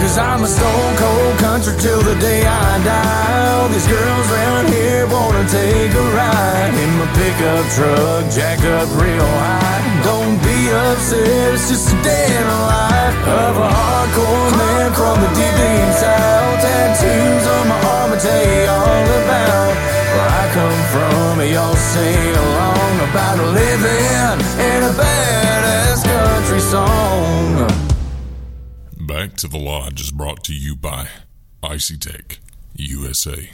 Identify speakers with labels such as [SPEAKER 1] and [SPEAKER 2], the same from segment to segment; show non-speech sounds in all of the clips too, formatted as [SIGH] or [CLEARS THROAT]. [SPEAKER 1] Cause I'm a stone cold country till the day I die. All these girls round here wanna take a ride in my pickup truck, jack up real high. Don't be upset, it's just a day in the life of a hardcore man from the deep, deep south. Tattoos on my arm will tell you all about where I come from. Y'all sing along about living in a badass country song.
[SPEAKER 2] Back to the Lodge is brought to you by Icy Tech USA.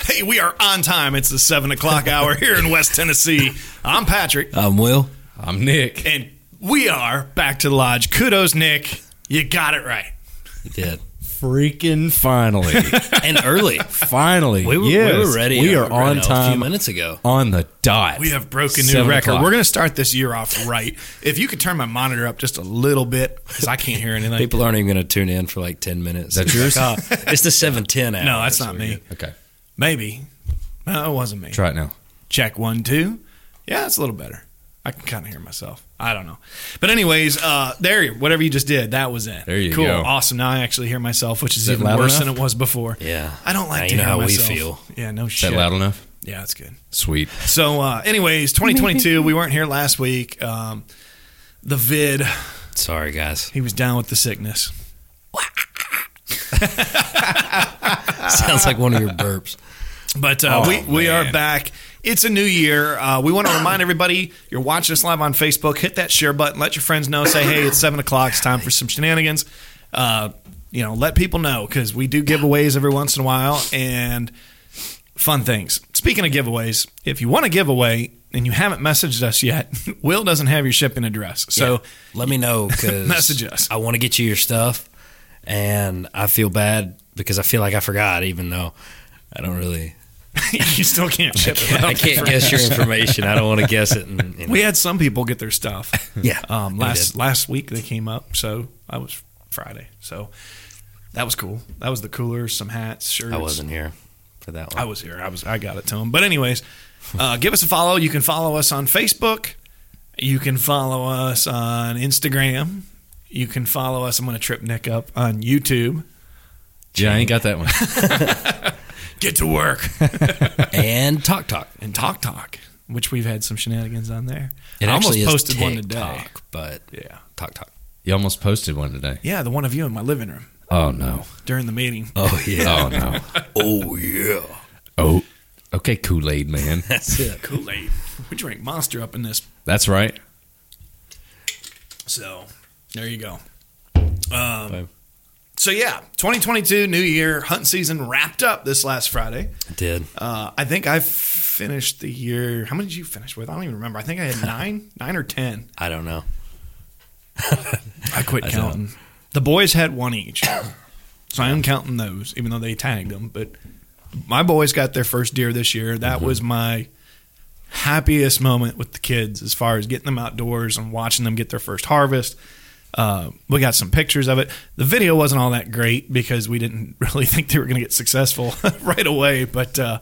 [SPEAKER 3] Hey, we are on time. It's the seven o'clock
[SPEAKER 4] [LAUGHS]
[SPEAKER 3] hour here in West Tennessee. I'm Patrick,
[SPEAKER 5] I'm Will.
[SPEAKER 4] I'm Nick.
[SPEAKER 3] and we are back to the lodge. Kudos, Nick. You got it right.
[SPEAKER 5] You did.
[SPEAKER 4] Freaking finally.
[SPEAKER 5] [LAUGHS] And early.
[SPEAKER 4] finally.
[SPEAKER 5] We were,
[SPEAKER 4] yes,
[SPEAKER 5] we were ready.
[SPEAKER 4] We
[SPEAKER 5] uh,
[SPEAKER 4] are on
[SPEAKER 5] a
[SPEAKER 4] time.
[SPEAKER 5] few minutes ago.
[SPEAKER 4] On the dot.
[SPEAKER 3] We have broken new
[SPEAKER 4] Seven
[SPEAKER 3] record.
[SPEAKER 4] o'clock.
[SPEAKER 3] We're going to start this year off right. If you could turn my monitor up just a little bit, because I can't hear anything.
[SPEAKER 5] People aren't even going to tune in for like 10 minutes. [LAUGHS]
[SPEAKER 4] That's yours?
[SPEAKER 5] Uh, it's the 710 hour.
[SPEAKER 3] no, that's not me.
[SPEAKER 4] Okay.
[SPEAKER 3] Maybe. No, it wasn't me.
[SPEAKER 4] Try it now.
[SPEAKER 3] Check one, two. Yeah, it's a little better. I can kind of hear myself. I don't know. But, anyways, uh, there, you- whatever you just did, that was it.
[SPEAKER 4] There you
[SPEAKER 3] cool.
[SPEAKER 4] go.
[SPEAKER 3] Awesome. Now I actually hear myself, which is,
[SPEAKER 4] that
[SPEAKER 3] even
[SPEAKER 4] loud
[SPEAKER 3] worse
[SPEAKER 4] enough?
[SPEAKER 3] than it was before.
[SPEAKER 5] Yeah.
[SPEAKER 3] I don't like
[SPEAKER 5] Now
[SPEAKER 3] to
[SPEAKER 5] you know
[SPEAKER 3] hear
[SPEAKER 5] how we
[SPEAKER 3] myself.
[SPEAKER 5] feel.
[SPEAKER 3] Yeah, no
[SPEAKER 4] Is that
[SPEAKER 3] shit.
[SPEAKER 4] loud enough?
[SPEAKER 3] Yeah, it's good.
[SPEAKER 4] Sweet.
[SPEAKER 3] So, uh, anyways, 2022, we weren't here last week. Um, the vid,
[SPEAKER 5] Sorry, guys. [LAUGHS]
[SPEAKER 3] he was down with the sickness.
[SPEAKER 5] Sounds like one of
[SPEAKER 3] [LAUGHS]
[SPEAKER 5] your burps.
[SPEAKER 3] But uh,
[SPEAKER 4] Oh,
[SPEAKER 3] we, we are
[SPEAKER 4] man.
[SPEAKER 3] back. It's a new year. Uh, we want to remind everybody you're watching us live on Facebook. Hit that share button. Let your friends know. Say, hey, it's 7 o'clock. It's time for some shenanigans. Uh, you know, let people know because we do giveaways every once in a while and fun things. Speaking of giveaways, if you want a giveaway and you haven't messaged us yet, [LAUGHS] Will doesn't have your shipping address. So,
[SPEAKER 5] Let
[SPEAKER 3] [LAUGHS]
[SPEAKER 5] me know because
[SPEAKER 3] Message us.
[SPEAKER 5] I want to get you your stuff, and I feel bad because I feel like I forgot, even though I
[SPEAKER 3] [LAUGHS]
[SPEAKER 5] don't really.
[SPEAKER 3] you still can't ship it.
[SPEAKER 5] [LAUGHS] I
[SPEAKER 3] without
[SPEAKER 5] can't guess your information. I don't want to guess it.
[SPEAKER 3] [LAUGHS]
[SPEAKER 5] And, you know.
[SPEAKER 3] We had some people get their stuff.
[SPEAKER 5] [LAUGHS] Yeah,
[SPEAKER 3] Um,
[SPEAKER 5] we
[SPEAKER 3] last
[SPEAKER 5] did.
[SPEAKER 3] last week they came up, so I was Friday, so that was cool. That was the coolers, some hats, shirts.
[SPEAKER 5] I wasn't here for that one.
[SPEAKER 3] I was here. I was. I got it to them. But anyways, uh, [LAUGHS] give us a follow. You can follow us on Facebook. You can follow us on Instagram. You can follow us. I'm going to trip Nick up on YouTube.
[SPEAKER 4] Yeah, I ain't got that one.
[SPEAKER 3] Get to work
[SPEAKER 5] and Talk Talk.
[SPEAKER 3] and Talk Talk, which we've had some shenanigans on there.
[SPEAKER 5] It
[SPEAKER 3] I almost
[SPEAKER 5] actually is
[SPEAKER 3] posted one today.
[SPEAKER 5] TikTok, but
[SPEAKER 3] Yeah,
[SPEAKER 5] Talk Talk.
[SPEAKER 4] You almost posted one today.
[SPEAKER 3] yeah, the one of you in my living room
[SPEAKER 4] Oh, no.
[SPEAKER 3] during the meeting.
[SPEAKER 5] Oh yeah.
[SPEAKER 4] Oh, no.
[SPEAKER 5] oh yeah.
[SPEAKER 4] Oh, okay, Kool Aid Man.
[SPEAKER 3] [LAUGHS]
[SPEAKER 5] That's it.
[SPEAKER 3] Kool Aid. We drink Monster up in this,
[SPEAKER 4] That's right.
[SPEAKER 3] so there you go. Um, so yeah, 2022 New Year hunting season wrapped up this last Friday.
[SPEAKER 5] I did.
[SPEAKER 3] Uh, I think I finished the year. How many did you finish with? I don't even remember. I think I had [LAUGHS] nine, nine or ten.
[SPEAKER 5] I don't know.
[SPEAKER 3] I quit counting. The boys had one each, [COUGHS] so I am counting those, even though they tagged them. But my boys got their first deer this year. That
[SPEAKER 5] Mm-hmm.
[SPEAKER 3] was my happiest moment with the kids as far as getting them outdoors and watching them get their first harvest. Uh, we got some pictures of it. The video wasn't all that great because we didn't [LAUGHS] really think they were going to get successful [LAUGHS] right away, but uh,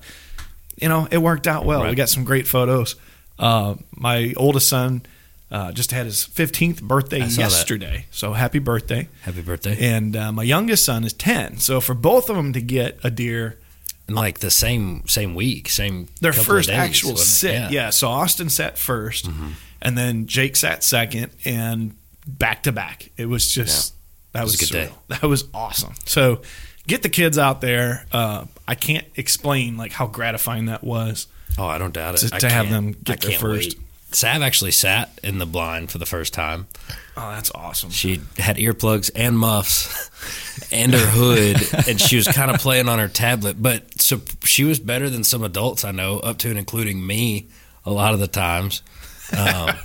[SPEAKER 3] you know it worked out well. We got some great photos. Uh, my oldest son uh, just had his 15th birthday
[SPEAKER 5] saw that.
[SPEAKER 3] yesterday, so happy birthday!
[SPEAKER 5] Happy birthday.
[SPEAKER 3] And uh, my youngest son is 10, so for both of them to get a deer
[SPEAKER 5] And like the same same week, same
[SPEAKER 3] their
[SPEAKER 5] couple of
[SPEAKER 3] first
[SPEAKER 5] days,
[SPEAKER 3] actual
[SPEAKER 5] wasn't it? Mm-hmm.
[SPEAKER 3] sit. Yeah. So Austin sat 1st and then Jake sat second, and back to back. It was just that was,
[SPEAKER 5] was a good
[SPEAKER 3] surreal.
[SPEAKER 5] day.
[SPEAKER 3] That was awesome. So get the kids out there. Uh, I can't explain like how gratifying that was.
[SPEAKER 5] Oh, I don't doubt it.
[SPEAKER 3] To-
[SPEAKER 5] I
[SPEAKER 3] to have
[SPEAKER 5] can't-
[SPEAKER 3] them get
[SPEAKER 5] I
[SPEAKER 3] there
[SPEAKER 5] can't
[SPEAKER 3] first.
[SPEAKER 5] wait. Sav actually sat in the blind for the first time.
[SPEAKER 3] Oh, that's awesome.
[SPEAKER 5] She had earplugs and muffs and her [LAUGHS] hood, and she was kind of playing on her tablet. But so she was better than some adults I know, up to and including me, a lot of the times. [LAUGHS] Um,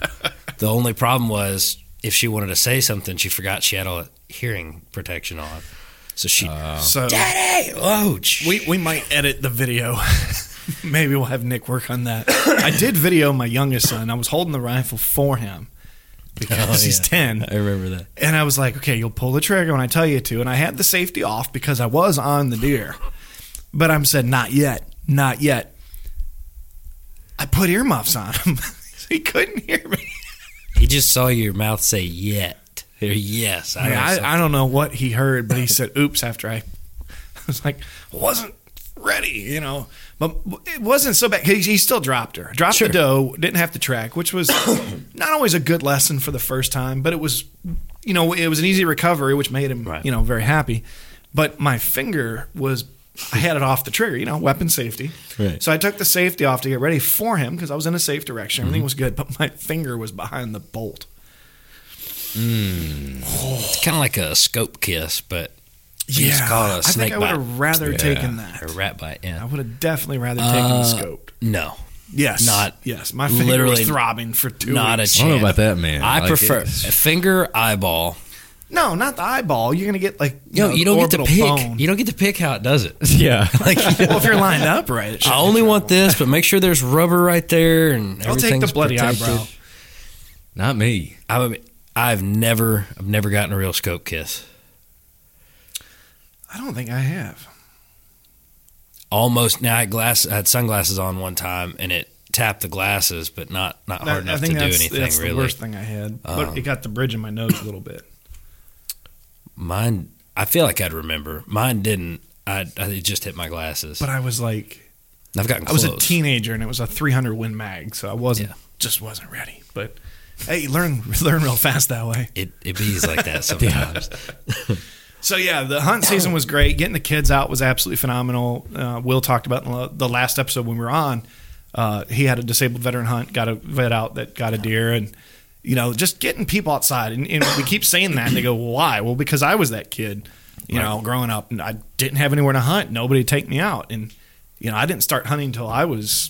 [SPEAKER 5] the only problem was if she wanted to say something, she forgot she had a hearing protection on. So she,
[SPEAKER 3] So
[SPEAKER 5] Daddy! [LAUGHS] Oh, sh-
[SPEAKER 3] we we might edit the video. [LAUGHS] Maybe we'll have Nick work on that. I did video my youngest son. I was holding the rifle for him because
[SPEAKER 5] Oh,
[SPEAKER 3] he's
[SPEAKER 5] yeah.
[SPEAKER 3] 10.
[SPEAKER 5] I remember that.
[SPEAKER 3] And I was like, okay, you'll pull the trigger when I tell you to. And I had the safety off because I was on the deer. But I'm said, not yet, not yet. I put [LAUGHS] earmuffs on him. he couldn't hear me.
[SPEAKER 5] He just saw your mouth say yet. yes, I,
[SPEAKER 3] I, mean,
[SPEAKER 5] know something.
[SPEAKER 3] I, I don't know what he heard, but he said [LAUGHS] "oops" after I, I was like, wasn't ready, you know. But it wasn't so bad. He, he still dropped her, dropped
[SPEAKER 5] Sure.
[SPEAKER 3] the dough, didn't have to track, which
[SPEAKER 5] [COUGHS]
[SPEAKER 3] was not always a good lesson for the first time, but it was, you know, it was an easy recovery, which made him,
[SPEAKER 5] Right.
[SPEAKER 3] you know, very happy. But my finger was. I had it off the trigger, you know, weapon safety.
[SPEAKER 5] Right.
[SPEAKER 3] So I took the safety off to get ready for him because I was in a safe direction.
[SPEAKER 5] Mm-hmm.
[SPEAKER 3] Everything was good, but my finger was behind the bolt.
[SPEAKER 5] it's kind of like a scope kiss, but you just
[SPEAKER 3] Yeah,
[SPEAKER 5] call it
[SPEAKER 3] I
[SPEAKER 5] a
[SPEAKER 3] think
[SPEAKER 5] snake
[SPEAKER 3] I
[SPEAKER 5] bite.
[SPEAKER 3] would've rather taken that.
[SPEAKER 5] or rat bite.
[SPEAKER 3] I
[SPEAKER 5] Yeah,
[SPEAKER 3] would have definitely rather taken the
[SPEAKER 5] Uh,
[SPEAKER 3] scoped.
[SPEAKER 5] no,
[SPEAKER 3] Yes.
[SPEAKER 5] Not-
[SPEAKER 3] Yes. My finger
[SPEAKER 5] literally
[SPEAKER 3] was throbbing for two
[SPEAKER 5] not a
[SPEAKER 3] weeks.
[SPEAKER 5] chance.
[SPEAKER 4] I don't know about that, man.
[SPEAKER 5] I
[SPEAKER 4] Like,
[SPEAKER 5] prefer
[SPEAKER 4] it's-
[SPEAKER 5] finger eyeball.
[SPEAKER 3] no, not the eyeball. You're gonna get like
[SPEAKER 5] No,
[SPEAKER 3] know,
[SPEAKER 5] you don't get to
[SPEAKER 3] orbital
[SPEAKER 5] pick.
[SPEAKER 3] bone.
[SPEAKER 5] You don't get to pick how it does it. [LAUGHS]
[SPEAKER 4] yeah.
[SPEAKER 5] Like, you know,
[SPEAKER 3] [LAUGHS] well, if you're lined up
[SPEAKER 5] [LAUGHS]
[SPEAKER 3] right, it should
[SPEAKER 5] I
[SPEAKER 3] be
[SPEAKER 5] only
[SPEAKER 3] trouble.
[SPEAKER 5] want this, but make sure there's rubber right there and
[SPEAKER 3] I'll take the
[SPEAKER 5] everything's
[SPEAKER 3] bloody
[SPEAKER 5] protected.
[SPEAKER 3] eyebrow.
[SPEAKER 4] Not me.
[SPEAKER 5] I'm, I've never, I've never gotten a real scope kiss.
[SPEAKER 3] I don't think I have.
[SPEAKER 5] Almost now, I had glass, I had sunglasses on one time, and it tapped the glasses, but not not hard
[SPEAKER 3] That- I
[SPEAKER 5] enough to
[SPEAKER 3] think
[SPEAKER 5] do
[SPEAKER 3] that's,
[SPEAKER 5] anything.
[SPEAKER 3] that's
[SPEAKER 5] really,
[SPEAKER 3] the worst thing I had. But
[SPEAKER 5] Um,
[SPEAKER 3] it got the bridge in my nose a little bit.
[SPEAKER 5] mine. I feel like I'd remember. Mine didn't. I, I it just hit my glasses.
[SPEAKER 3] But I was like,
[SPEAKER 5] I've gotten.
[SPEAKER 3] I was
[SPEAKER 5] Close.
[SPEAKER 3] a teenager and it was a 300 win mag, so I wasn't
[SPEAKER 5] Yeah.
[SPEAKER 3] just wasn't ready. But hey, learn [LAUGHS] learn real fast that way.
[SPEAKER 5] It it bees
[SPEAKER 3] [LAUGHS]
[SPEAKER 5] like that sometimes.
[SPEAKER 3] So yeah, the hunt season was great. Getting the kids out was absolutely phenomenal. Uh, Will talked about in the- the last episode when we were on. Uh, he had a disabled veteran hunt, got a vet out that got a deer, and you know, just getting people outside. And, and we keep saying that, and they go, well, "Why?" Well, because I was that kid, you know, growing up, and I didn't have anywhere to hunt. Nobody would take me out, and you know, I didn't start hunting until I was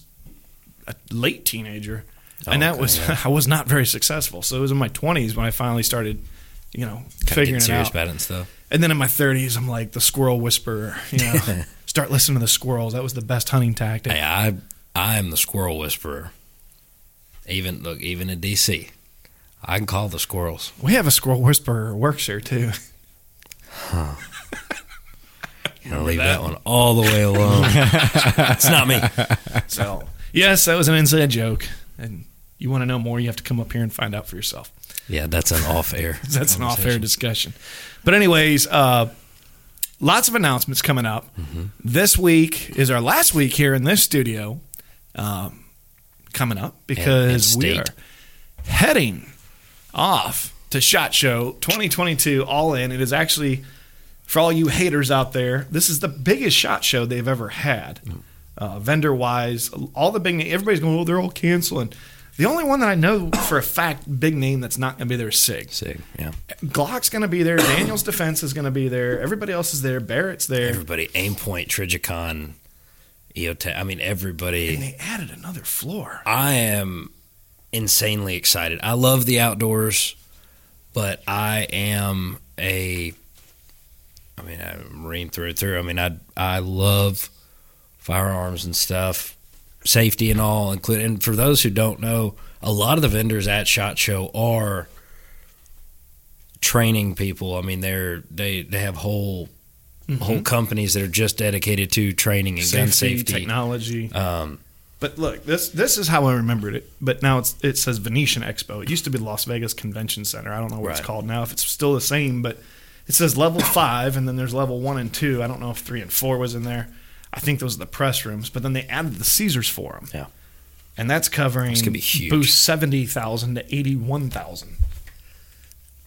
[SPEAKER 3] a late teenager, and that was [LAUGHS] I was not very successful. So it was in my twenties when I finally started, you know,
[SPEAKER 5] Kind of
[SPEAKER 3] figuring
[SPEAKER 5] getting
[SPEAKER 3] it
[SPEAKER 5] serious
[SPEAKER 3] out.
[SPEAKER 5] about it and stuff.
[SPEAKER 3] And then in my 30s, I'm like the squirrel whisperer. You know, start listening to the squirrels. That was the best hunting tactic.
[SPEAKER 5] Hey, I I am the squirrel whisperer. Even look, even in DC, I can call the squirrels.
[SPEAKER 3] We have a squirrel whisperer who works here too.
[SPEAKER 5] I'll leave that one all the
[SPEAKER 3] [LAUGHS]
[SPEAKER 5] way alone. it's not me.
[SPEAKER 3] So yes, that was an inside joke. And you want to know more, you have to come up here and find out for yourself.
[SPEAKER 5] Yeah, that's an off air.
[SPEAKER 3] [LAUGHS] That's an off-air discussion. But anyways, uh, lots of announcements coming up. This week is our last week here in this studio. Um, coming up because we are
[SPEAKER 5] state.
[SPEAKER 3] heading off to Shot Show 2022 All In. It is actually for all you haters out there. This is the biggest Shot Show they've ever had, uh, vendor wise. All the big name. Everybody's going, oh, they're all canceling. The only one that I know for a fact, big name that's not going to be there is Sig.
[SPEAKER 5] Sig, yeah.
[SPEAKER 3] Glock's going to be there. Daniel's defense is going to be there. Everybody else is there. Barrett's there.
[SPEAKER 5] Everybody, Aimpoint, Trigicon, EOTech. I mean, everybody.
[SPEAKER 3] And they added another floor.
[SPEAKER 5] I am insanely excited. I love the outdoors, but I am a I mean, I'm marine through and through. I mean, I I love firearms and stuff, safety and all included. And for those who don't know, a lot of the vendors at Shot Show are training people. I mean, they're they they have whole whole companies that are just dedicated to training and gun safety.
[SPEAKER 3] technology.
[SPEAKER 5] Um,
[SPEAKER 3] But look, this this is how I remembered it. But now it's it says Venetian Expo. It used to be the Las Vegas Convention Center. I don't know what it's
[SPEAKER 5] Right.
[SPEAKER 3] called now. If it's still the same, but it says level five, and then there's level one and two. I don't know if three and four was in there. I think those are the press rooms. But then they added the Caesars Forum.
[SPEAKER 5] Yeah.
[SPEAKER 3] And that's covering
[SPEAKER 5] It's gonna be huge.
[SPEAKER 3] boost seventy thousand to eighty one thousand.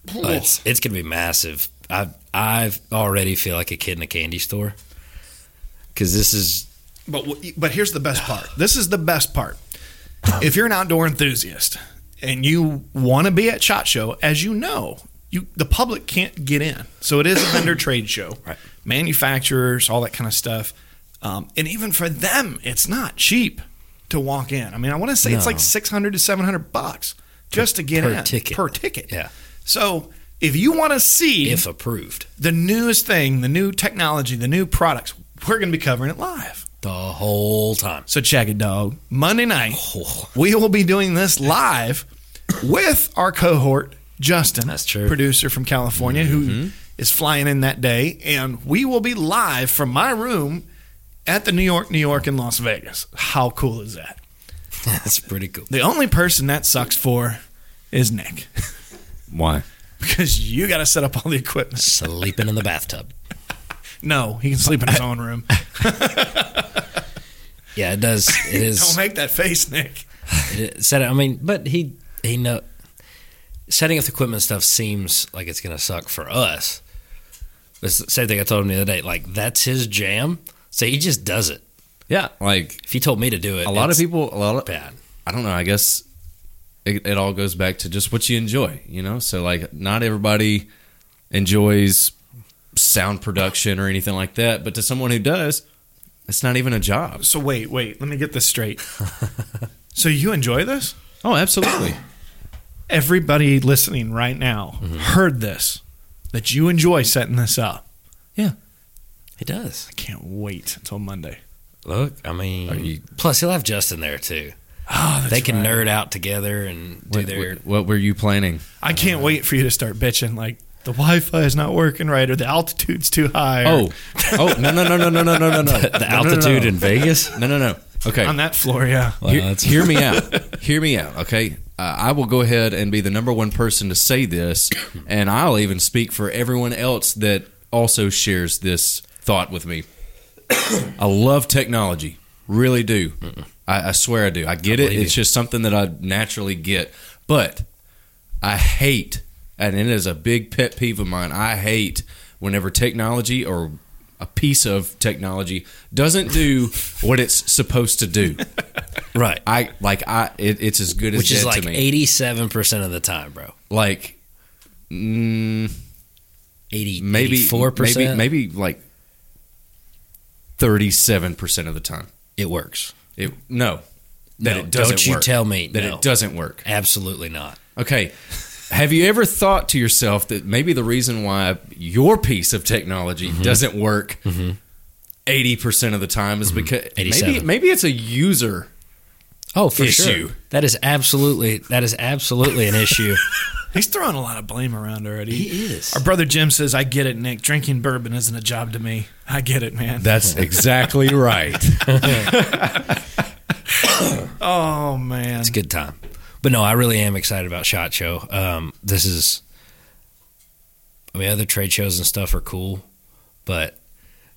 [SPEAKER 5] But it's it's gonna be massive. I I already feel like a kid in a candy store because this is
[SPEAKER 3] But w- but here's the best part. This is the best part. If you're an outdoor enthusiast and you want to be at Shot Show, as you know, you the public can't get in, so it is a
[SPEAKER 5] [COUGHS]
[SPEAKER 3] vendor trade show.
[SPEAKER 5] Right.
[SPEAKER 3] Manufacturers, all that kind of stuff, um, and even for them, it's not cheap to walk in. I mean, I want to say it's like
[SPEAKER 5] No.
[SPEAKER 3] six hundred to seven hundred bucks just to get
[SPEAKER 5] per
[SPEAKER 3] in
[SPEAKER 5] ticket.
[SPEAKER 3] per ticket.
[SPEAKER 5] Yeah.
[SPEAKER 3] So if you want to see
[SPEAKER 5] if approved
[SPEAKER 3] the newest thing, the new technology, the new products, we're going to be covering it live.
[SPEAKER 5] the whole time.
[SPEAKER 3] So check it, dog. Monday night,
[SPEAKER 5] Oh.
[SPEAKER 3] we will be doing this live with our cohort, Justin,
[SPEAKER 5] That's true. Mm-hmm.
[SPEAKER 3] producer from California, who is flying in that day, and we will be live from my room at the New York, New York, and Las Vegas. How cool is that?
[SPEAKER 5] [LAUGHS] That's pretty cool.
[SPEAKER 3] The only person that sucks for is Nick
[SPEAKER 4] Why?
[SPEAKER 3] [LAUGHS] because you got to set up all the equipment.
[SPEAKER 5] Sleeping in the bathtub.
[SPEAKER 3] No, he can sleep in his own room.
[SPEAKER 5] Yeah, it does.
[SPEAKER 4] [LAUGHS] Oh,
[SPEAKER 5] It
[SPEAKER 3] Don't
[SPEAKER 5] is.
[SPEAKER 3] make that face, Nick.
[SPEAKER 5] it is- set it, I mean, but he he know setting up the equipment stuff seems like it's gonna suck for us. But it's the same thing I told him the other day. Like that's his jam, so he just does it.
[SPEAKER 4] Yeah, like
[SPEAKER 5] If he told me to do it,
[SPEAKER 4] a lot of
[SPEAKER 5] it's
[SPEAKER 4] people, a lot of
[SPEAKER 5] bad.
[SPEAKER 4] I don't know. I guess it, it all goes back to just what you enjoy, you know. So like, not everybody enjoys sound production or anything like that, but to someone who does, it's not even a job.
[SPEAKER 3] So wait, wait. Let me get this
[SPEAKER 5] [LAUGHS]
[SPEAKER 3] straight. so you enjoy this?
[SPEAKER 4] Oh, absolutely.
[SPEAKER 3] Everybody listening right now
[SPEAKER 5] Mm-hmm.
[SPEAKER 3] heard this that you enjoy setting this up.
[SPEAKER 5] He does.
[SPEAKER 3] I can't wait until Monday.
[SPEAKER 5] Look, I mean, plus he'll have Justin there too.
[SPEAKER 3] Oh,
[SPEAKER 5] they can nerd out together and do
[SPEAKER 4] what,
[SPEAKER 5] their.
[SPEAKER 4] what- what were you planning?
[SPEAKER 3] I can't wait for you to start bitching like the Wi-Fi is not working right or the altitude's too high. or-
[SPEAKER 4] Oh, oh no no no no no no no no no.
[SPEAKER 5] [LAUGHS] the altitude in Vegas.
[SPEAKER 4] No no no. Okay,
[SPEAKER 3] on that floor, yeah.
[SPEAKER 5] Wow,
[SPEAKER 4] Hear,
[SPEAKER 5] that's- [LAUGHS]
[SPEAKER 4] hear me out. Hear me out. Okay. Uh, I will go ahead and be the number one person to say
[SPEAKER 5] [COUGHS]
[SPEAKER 4] this, and I'll even speak for everyone else that also shares this thought
[SPEAKER 5] [COUGHS]
[SPEAKER 4] with me. I love technology, really do. I, I swear I do. I get it.
[SPEAKER 5] believe
[SPEAKER 4] It's just something that I naturally get, but I hate, and it is a big pet peeve of mine. I hate whenever technology or a piece of technology
[SPEAKER 5] [LAUGHS]
[SPEAKER 4] doesn't do what it's supposed to do.
[SPEAKER 5] Right.
[SPEAKER 4] I like I it, it's as good as
[SPEAKER 5] Which is
[SPEAKER 4] dead
[SPEAKER 5] like
[SPEAKER 4] to me.
[SPEAKER 5] 87% of the time, bro.
[SPEAKER 4] like mm,
[SPEAKER 5] 80,
[SPEAKER 4] maybe
[SPEAKER 5] 84%.
[SPEAKER 4] maybe maybe like thirty seven percent of the time.
[SPEAKER 5] it works.
[SPEAKER 4] It no that
[SPEAKER 5] No,
[SPEAKER 4] it doesn't.
[SPEAKER 5] don't you
[SPEAKER 4] work.
[SPEAKER 5] tell me.
[SPEAKER 4] that
[SPEAKER 5] No.
[SPEAKER 4] it doesn't work.
[SPEAKER 5] Absolutely not.
[SPEAKER 4] Okay. Have you ever thought to yourself that maybe the reason why your piece of technology
[SPEAKER 5] Mm-hmm.
[SPEAKER 4] doesn't work 80% of the time
[SPEAKER 5] Mm-hmm.
[SPEAKER 4] is because maybe
[SPEAKER 5] 87.
[SPEAKER 4] maybe it's a user
[SPEAKER 5] Oh, for
[SPEAKER 4] Issue.
[SPEAKER 5] sure. That is absolutely that is absolutely an
[SPEAKER 4] [LAUGHS]
[SPEAKER 5] issue.
[SPEAKER 3] He's throwing a lot of blame around already.
[SPEAKER 5] He is.
[SPEAKER 3] Our brother Jim says, "I get it, Nick. Drinking bourbon isn't a job to me. I get it, man."
[SPEAKER 4] That's [LAUGHS] exactly right.
[SPEAKER 3] oh man,
[SPEAKER 5] It's a good time. But no, I really am excited about Shot Show. Um, this is, I mean, other trade shows and stuff are cool, but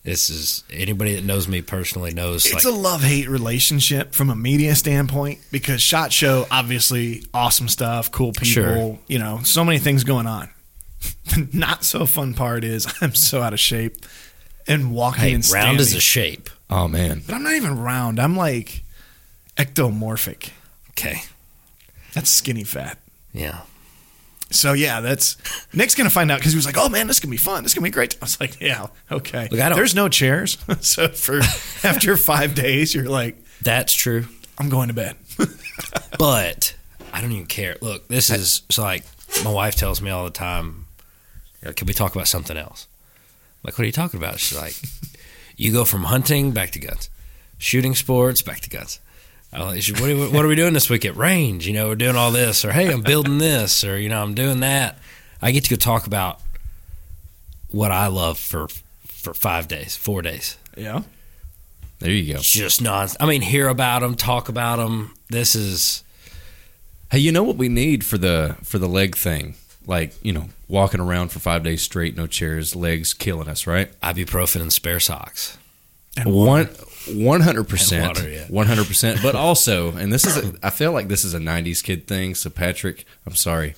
[SPEAKER 5] this is anybody that knows me personally knows.
[SPEAKER 3] it's
[SPEAKER 5] like,
[SPEAKER 3] a love hate relationship from a media standpoint because Shot Show, obviously, awesome stuff, cool people,
[SPEAKER 5] Sure.
[SPEAKER 3] you know, so many things going on. The not so fun part is [LAUGHS] I'm so out of shape and walking
[SPEAKER 5] hey,
[SPEAKER 3] and standing.
[SPEAKER 5] round is a shape.
[SPEAKER 4] oh man.
[SPEAKER 3] but I'm not even round. I'm like ectomorphic.
[SPEAKER 5] Okay,
[SPEAKER 3] That's skinny fat.
[SPEAKER 5] yeah,
[SPEAKER 3] So yeah, that's Nick's gonna find out because he was like, "Oh man, this can be fun. This can be great." I was like, "Yeah, okay."
[SPEAKER 5] Look, I don't-
[SPEAKER 3] There's no chairs, [LAUGHS] so for after five days, you're like,
[SPEAKER 5] that's true.
[SPEAKER 3] "I'm going to bed."
[SPEAKER 5] but I don't even care. Look, this is so like my wife tells me all the time. you know, Can we talk about something else? I'm like, what are you talking about? She's like, you go from hunting back to guns, shooting sports back to guns. I'm like, she- what, are, we- what are we doing this week at range? You know, we're doing all this, or hey, I'm building this, or you know, I'm doing that. I get to go talk about what I love for for five days, four days
[SPEAKER 3] Yeah,
[SPEAKER 4] There you go.
[SPEAKER 5] just non i mean hear about them talk about them this is
[SPEAKER 4] Hey, you know what we need for the for the leg thing? Like, you know, walking around for 5 days straight, no chairs, legs killing us, right?
[SPEAKER 5] ibuprofen and spare socks
[SPEAKER 4] One 100%.
[SPEAKER 5] And water, yeah. [LAUGHS]
[SPEAKER 4] 100%. But also, and this is a, I feel like this is a 90s kid thing, so Patrick, I'm
[SPEAKER 5] [LAUGHS]
[SPEAKER 4] sorry.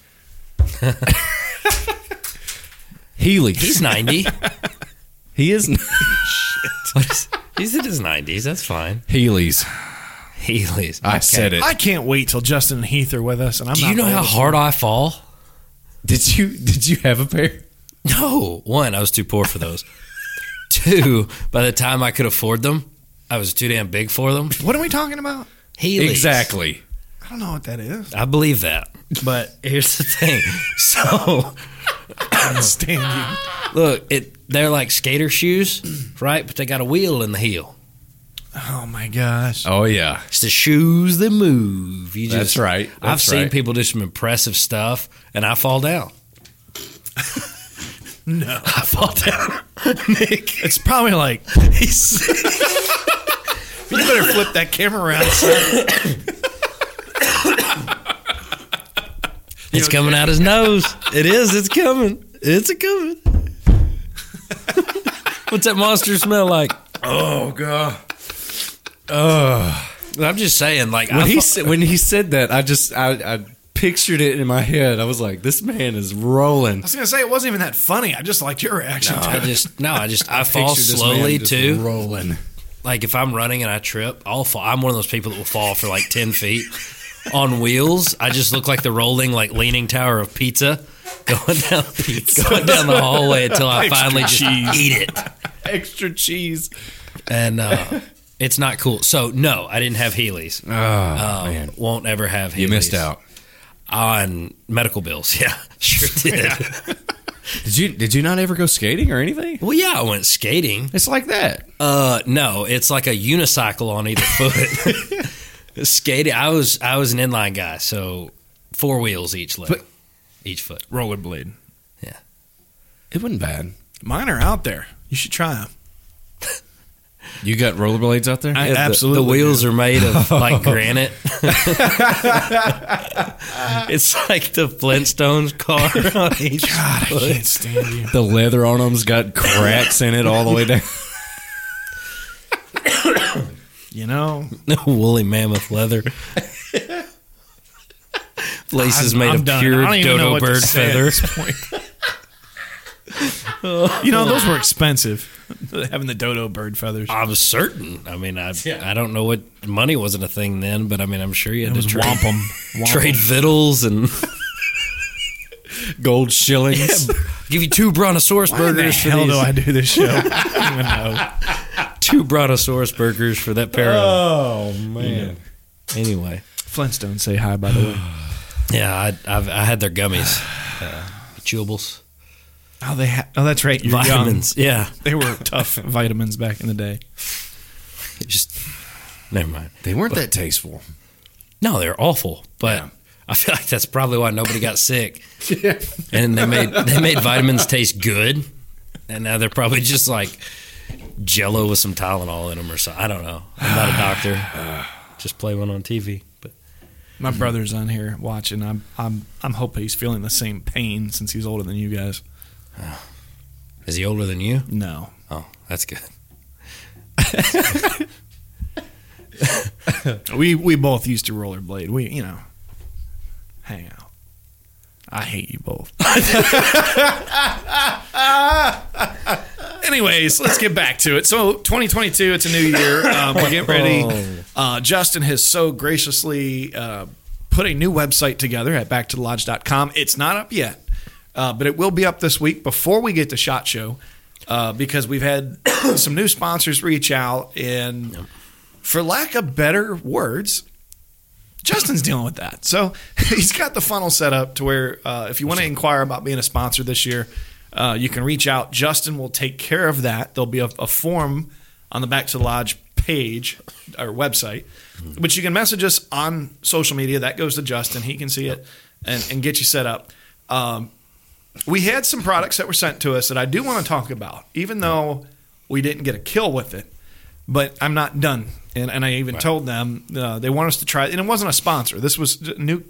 [SPEAKER 4] Healy.
[SPEAKER 3] [LAUGHS]
[SPEAKER 5] He's 90.
[SPEAKER 4] He is
[SPEAKER 5] What is- He's in his 90s. That's fine.
[SPEAKER 4] Healy's.
[SPEAKER 5] Healy's.
[SPEAKER 4] I said it.
[SPEAKER 3] I can't wait till Justin and Heath are with us, and I'm.
[SPEAKER 5] Do
[SPEAKER 3] not
[SPEAKER 5] you know
[SPEAKER 3] the
[SPEAKER 5] how
[SPEAKER 3] oldest.
[SPEAKER 5] hard I fall?
[SPEAKER 4] Did you did you have a pair?
[SPEAKER 5] No. One, I was too poor
[SPEAKER 3] [LAUGHS]
[SPEAKER 5] for those. Two, by the time I could afford them, I was too damn big for them.
[SPEAKER 3] What are we talking about?
[SPEAKER 5] Healy's.
[SPEAKER 4] Exactly.
[SPEAKER 3] I don't know what that is.
[SPEAKER 5] I believe that. But here's the thing. So,
[SPEAKER 3] I don't stand you.
[SPEAKER 5] look, it they're like skater shoes, right? But they got a wheel in the heel.
[SPEAKER 3] Oh my gosh.
[SPEAKER 4] Oh yeah.
[SPEAKER 5] It's the shoes that move. You just,
[SPEAKER 4] That's right.
[SPEAKER 5] I've
[SPEAKER 4] That's
[SPEAKER 5] seen
[SPEAKER 4] right.
[SPEAKER 5] people do some impressive stuff, and I fall
[SPEAKER 4] [LAUGHS]
[SPEAKER 5] down.
[SPEAKER 3] No,
[SPEAKER 5] [LAUGHS] I fall
[SPEAKER 4] [LAUGHS]
[SPEAKER 5] down. Nick.
[SPEAKER 3] it's probably like
[SPEAKER 5] He's-
[SPEAKER 3] [LAUGHS] you better flip that camera around. son.
[SPEAKER 5] It's coming out his nose. It is. It's coming. It's a coming. What's that monster smell like?
[SPEAKER 4] Oh god.
[SPEAKER 5] I'm just saying, like
[SPEAKER 4] When
[SPEAKER 5] I
[SPEAKER 4] he
[SPEAKER 5] fu-
[SPEAKER 4] said, when he said that, I just I, I pictured it in my head. I was like, this man is rolling.
[SPEAKER 3] I was gonna say it wasn't even that funny. I just liked your reaction. to
[SPEAKER 5] I
[SPEAKER 3] it.
[SPEAKER 5] just no, I
[SPEAKER 4] [LAUGHS]
[SPEAKER 5] just I, fall
[SPEAKER 4] Pictured this man
[SPEAKER 5] slowly
[SPEAKER 4] just
[SPEAKER 5] too.
[SPEAKER 4] Rolling.
[SPEAKER 5] Like if I'm running and I trip, I'll fall. I'm one of those people that will fall for like ten feet on wheels. I just look like the rolling like leaning tower of pizza [LAUGHS] going down going down the hallway until I
[SPEAKER 3] Extra
[SPEAKER 5] finally just
[SPEAKER 3] cheese.
[SPEAKER 5] eat it.
[SPEAKER 3] Extra cheese.
[SPEAKER 5] And uh, [LAUGHS] it's not cool. So no, I didn't have Heelys.
[SPEAKER 4] Oh
[SPEAKER 5] Um,
[SPEAKER 4] man,
[SPEAKER 5] Won't ever have Heelys.
[SPEAKER 4] you missed out.
[SPEAKER 5] on medical bills. [LAUGHS] Yeah,
[SPEAKER 4] [LAUGHS]
[SPEAKER 5] sure did.
[SPEAKER 4] Did you did you not ever go skating or anything?
[SPEAKER 5] Well, yeah, I went skating.
[SPEAKER 4] It's like that.
[SPEAKER 5] Uh, no, it's like a unicycle on either foot. [LAUGHS] Skating. I was I was an inline guy, so four wheels each leg,
[SPEAKER 4] But-
[SPEAKER 5] each foot.
[SPEAKER 3] Rollerblade.
[SPEAKER 4] It wasn't bad.
[SPEAKER 3] Mine are out there. You should try them.
[SPEAKER 4] You got rollerblades out there?
[SPEAKER 3] I
[SPEAKER 5] Yeah, the-
[SPEAKER 3] absolutely.
[SPEAKER 5] The, wheels are made of
[SPEAKER 4] [LAUGHS]
[SPEAKER 5] like granite. [LAUGHS] it's like the Flintstones car [LAUGHS] on each.
[SPEAKER 3] God, I
[SPEAKER 5] [LAUGHS]
[SPEAKER 3] can't stand you.
[SPEAKER 4] the leather on them's [LAUGHS] got cracks in it all the way down.
[SPEAKER 3] You know,
[SPEAKER 5] woolly mammoth leather. Laces
[SPEAKER 3] I'm-
[SPEAKER 5] made
[SPEAKER 3] I'm
[SPEAKER 5] of
[SPEAKER 3] done.
[SPEAKER 5] pure
[SPEAKER 3] I don't even know
[SPEAKER 5] dodo
[SPEAKER 3] what to
[SPEAKER 5] bird
[SPEAKER 3] say at
[SPEAKER 5] feather.
[SPEAKER 3] this point. you know, those were
[SPEAKER 5] [LAUGHS]
[SPEAKER 3] expensive. Having the dodo bird feathers.
[SPEAKER 5] I'm certain. I mean, I I don't know what money wasn't a thing then, but I mean, I'm sure you had
[SPEAKER 3] It
[SPEAKER 5] to
[SPEAKER 3] was
[SPEAKER 5] trade,
[SPEAKER 3] wampum.
[SPEAKER 5] trade victuals and
[SPEAKER 4] Gold shillings.
[SPEAKER 5] give you two brontosaurus
[SPEAKER 3] Why in the
[SPEAKER 5] burgers for
[SPEAKER 3] hell
[SPEAKER 5] these,
[SPEAKER 3] do I do this show? [LAUGHS] I
[SPEAKER 5] two brontosaurus burgers for that pair. of,
[SPEAKER 4] Oh man.
[SPEAKER 5] anyway,
[SPEAKER 3] Flintstone say hi, by the way.
[SPEAKER 5] yeah, I I've, I had their gummies, [SIGHS] uh, chewables,
[SPEAKER 3] Oh, they. Ha- oh, that's right. You're young.
[SPEAKER 5] vitamins. Yeah,
[SPEAKER 3] They were [LAUGHS] tough vitamins back in the day.
[SPEAKER 5] just never mind.
[SPEAKER 4] They weren't that tasteful.
[SPEAKER 5] No, they're awful, but. I feel like that's probably why nobody got sick, and they made they made vitamins taste good, and now they're probably just like Jello with some Tylenol in them or something. I don't know. I'm not a doctor. Just play one on TV. But
[SPEAKER 3] My brother's on here watching. I'm. I'm. I'm hoping he's feeling the same pain since he's older than you guys.
[SPEAKER 5] is he older than you?
[SPEAKER 3] No.
[SPEAKER 5] Oh, that's good.
[SPEAKER 3] We we both used to rollerblade. We you know, hang out. I hate you both. Anyways, let's get back to it. So 2022, it's a new year. Um, we're getting ready. Uh, Justin has so graciously uh, put a new website together at backtothelodge.com. It's not up yet, uh, but it will be up this week before we get to Shot Show uh, because we've had [COUGHS] some new sponsors reach out and for lack of better words, Justin's dealing with that. So [LAUGHS] he's got the funnel set up to where uh, if you want to inquire about being a sponsor this year, uh, you can reach out. Justin will take care of that. There'll be a, a form on the Back to the Lodge page or website, but you can message us on social media. That goes to Justin. He can see it and, and get you set up. Um, we had some products that were sent to us that I do want to talk about, even though we didn't get a kill with it. But I'm not done, and, and I even told them uh, they want us to try. And it wasn't a sponsor. This was a new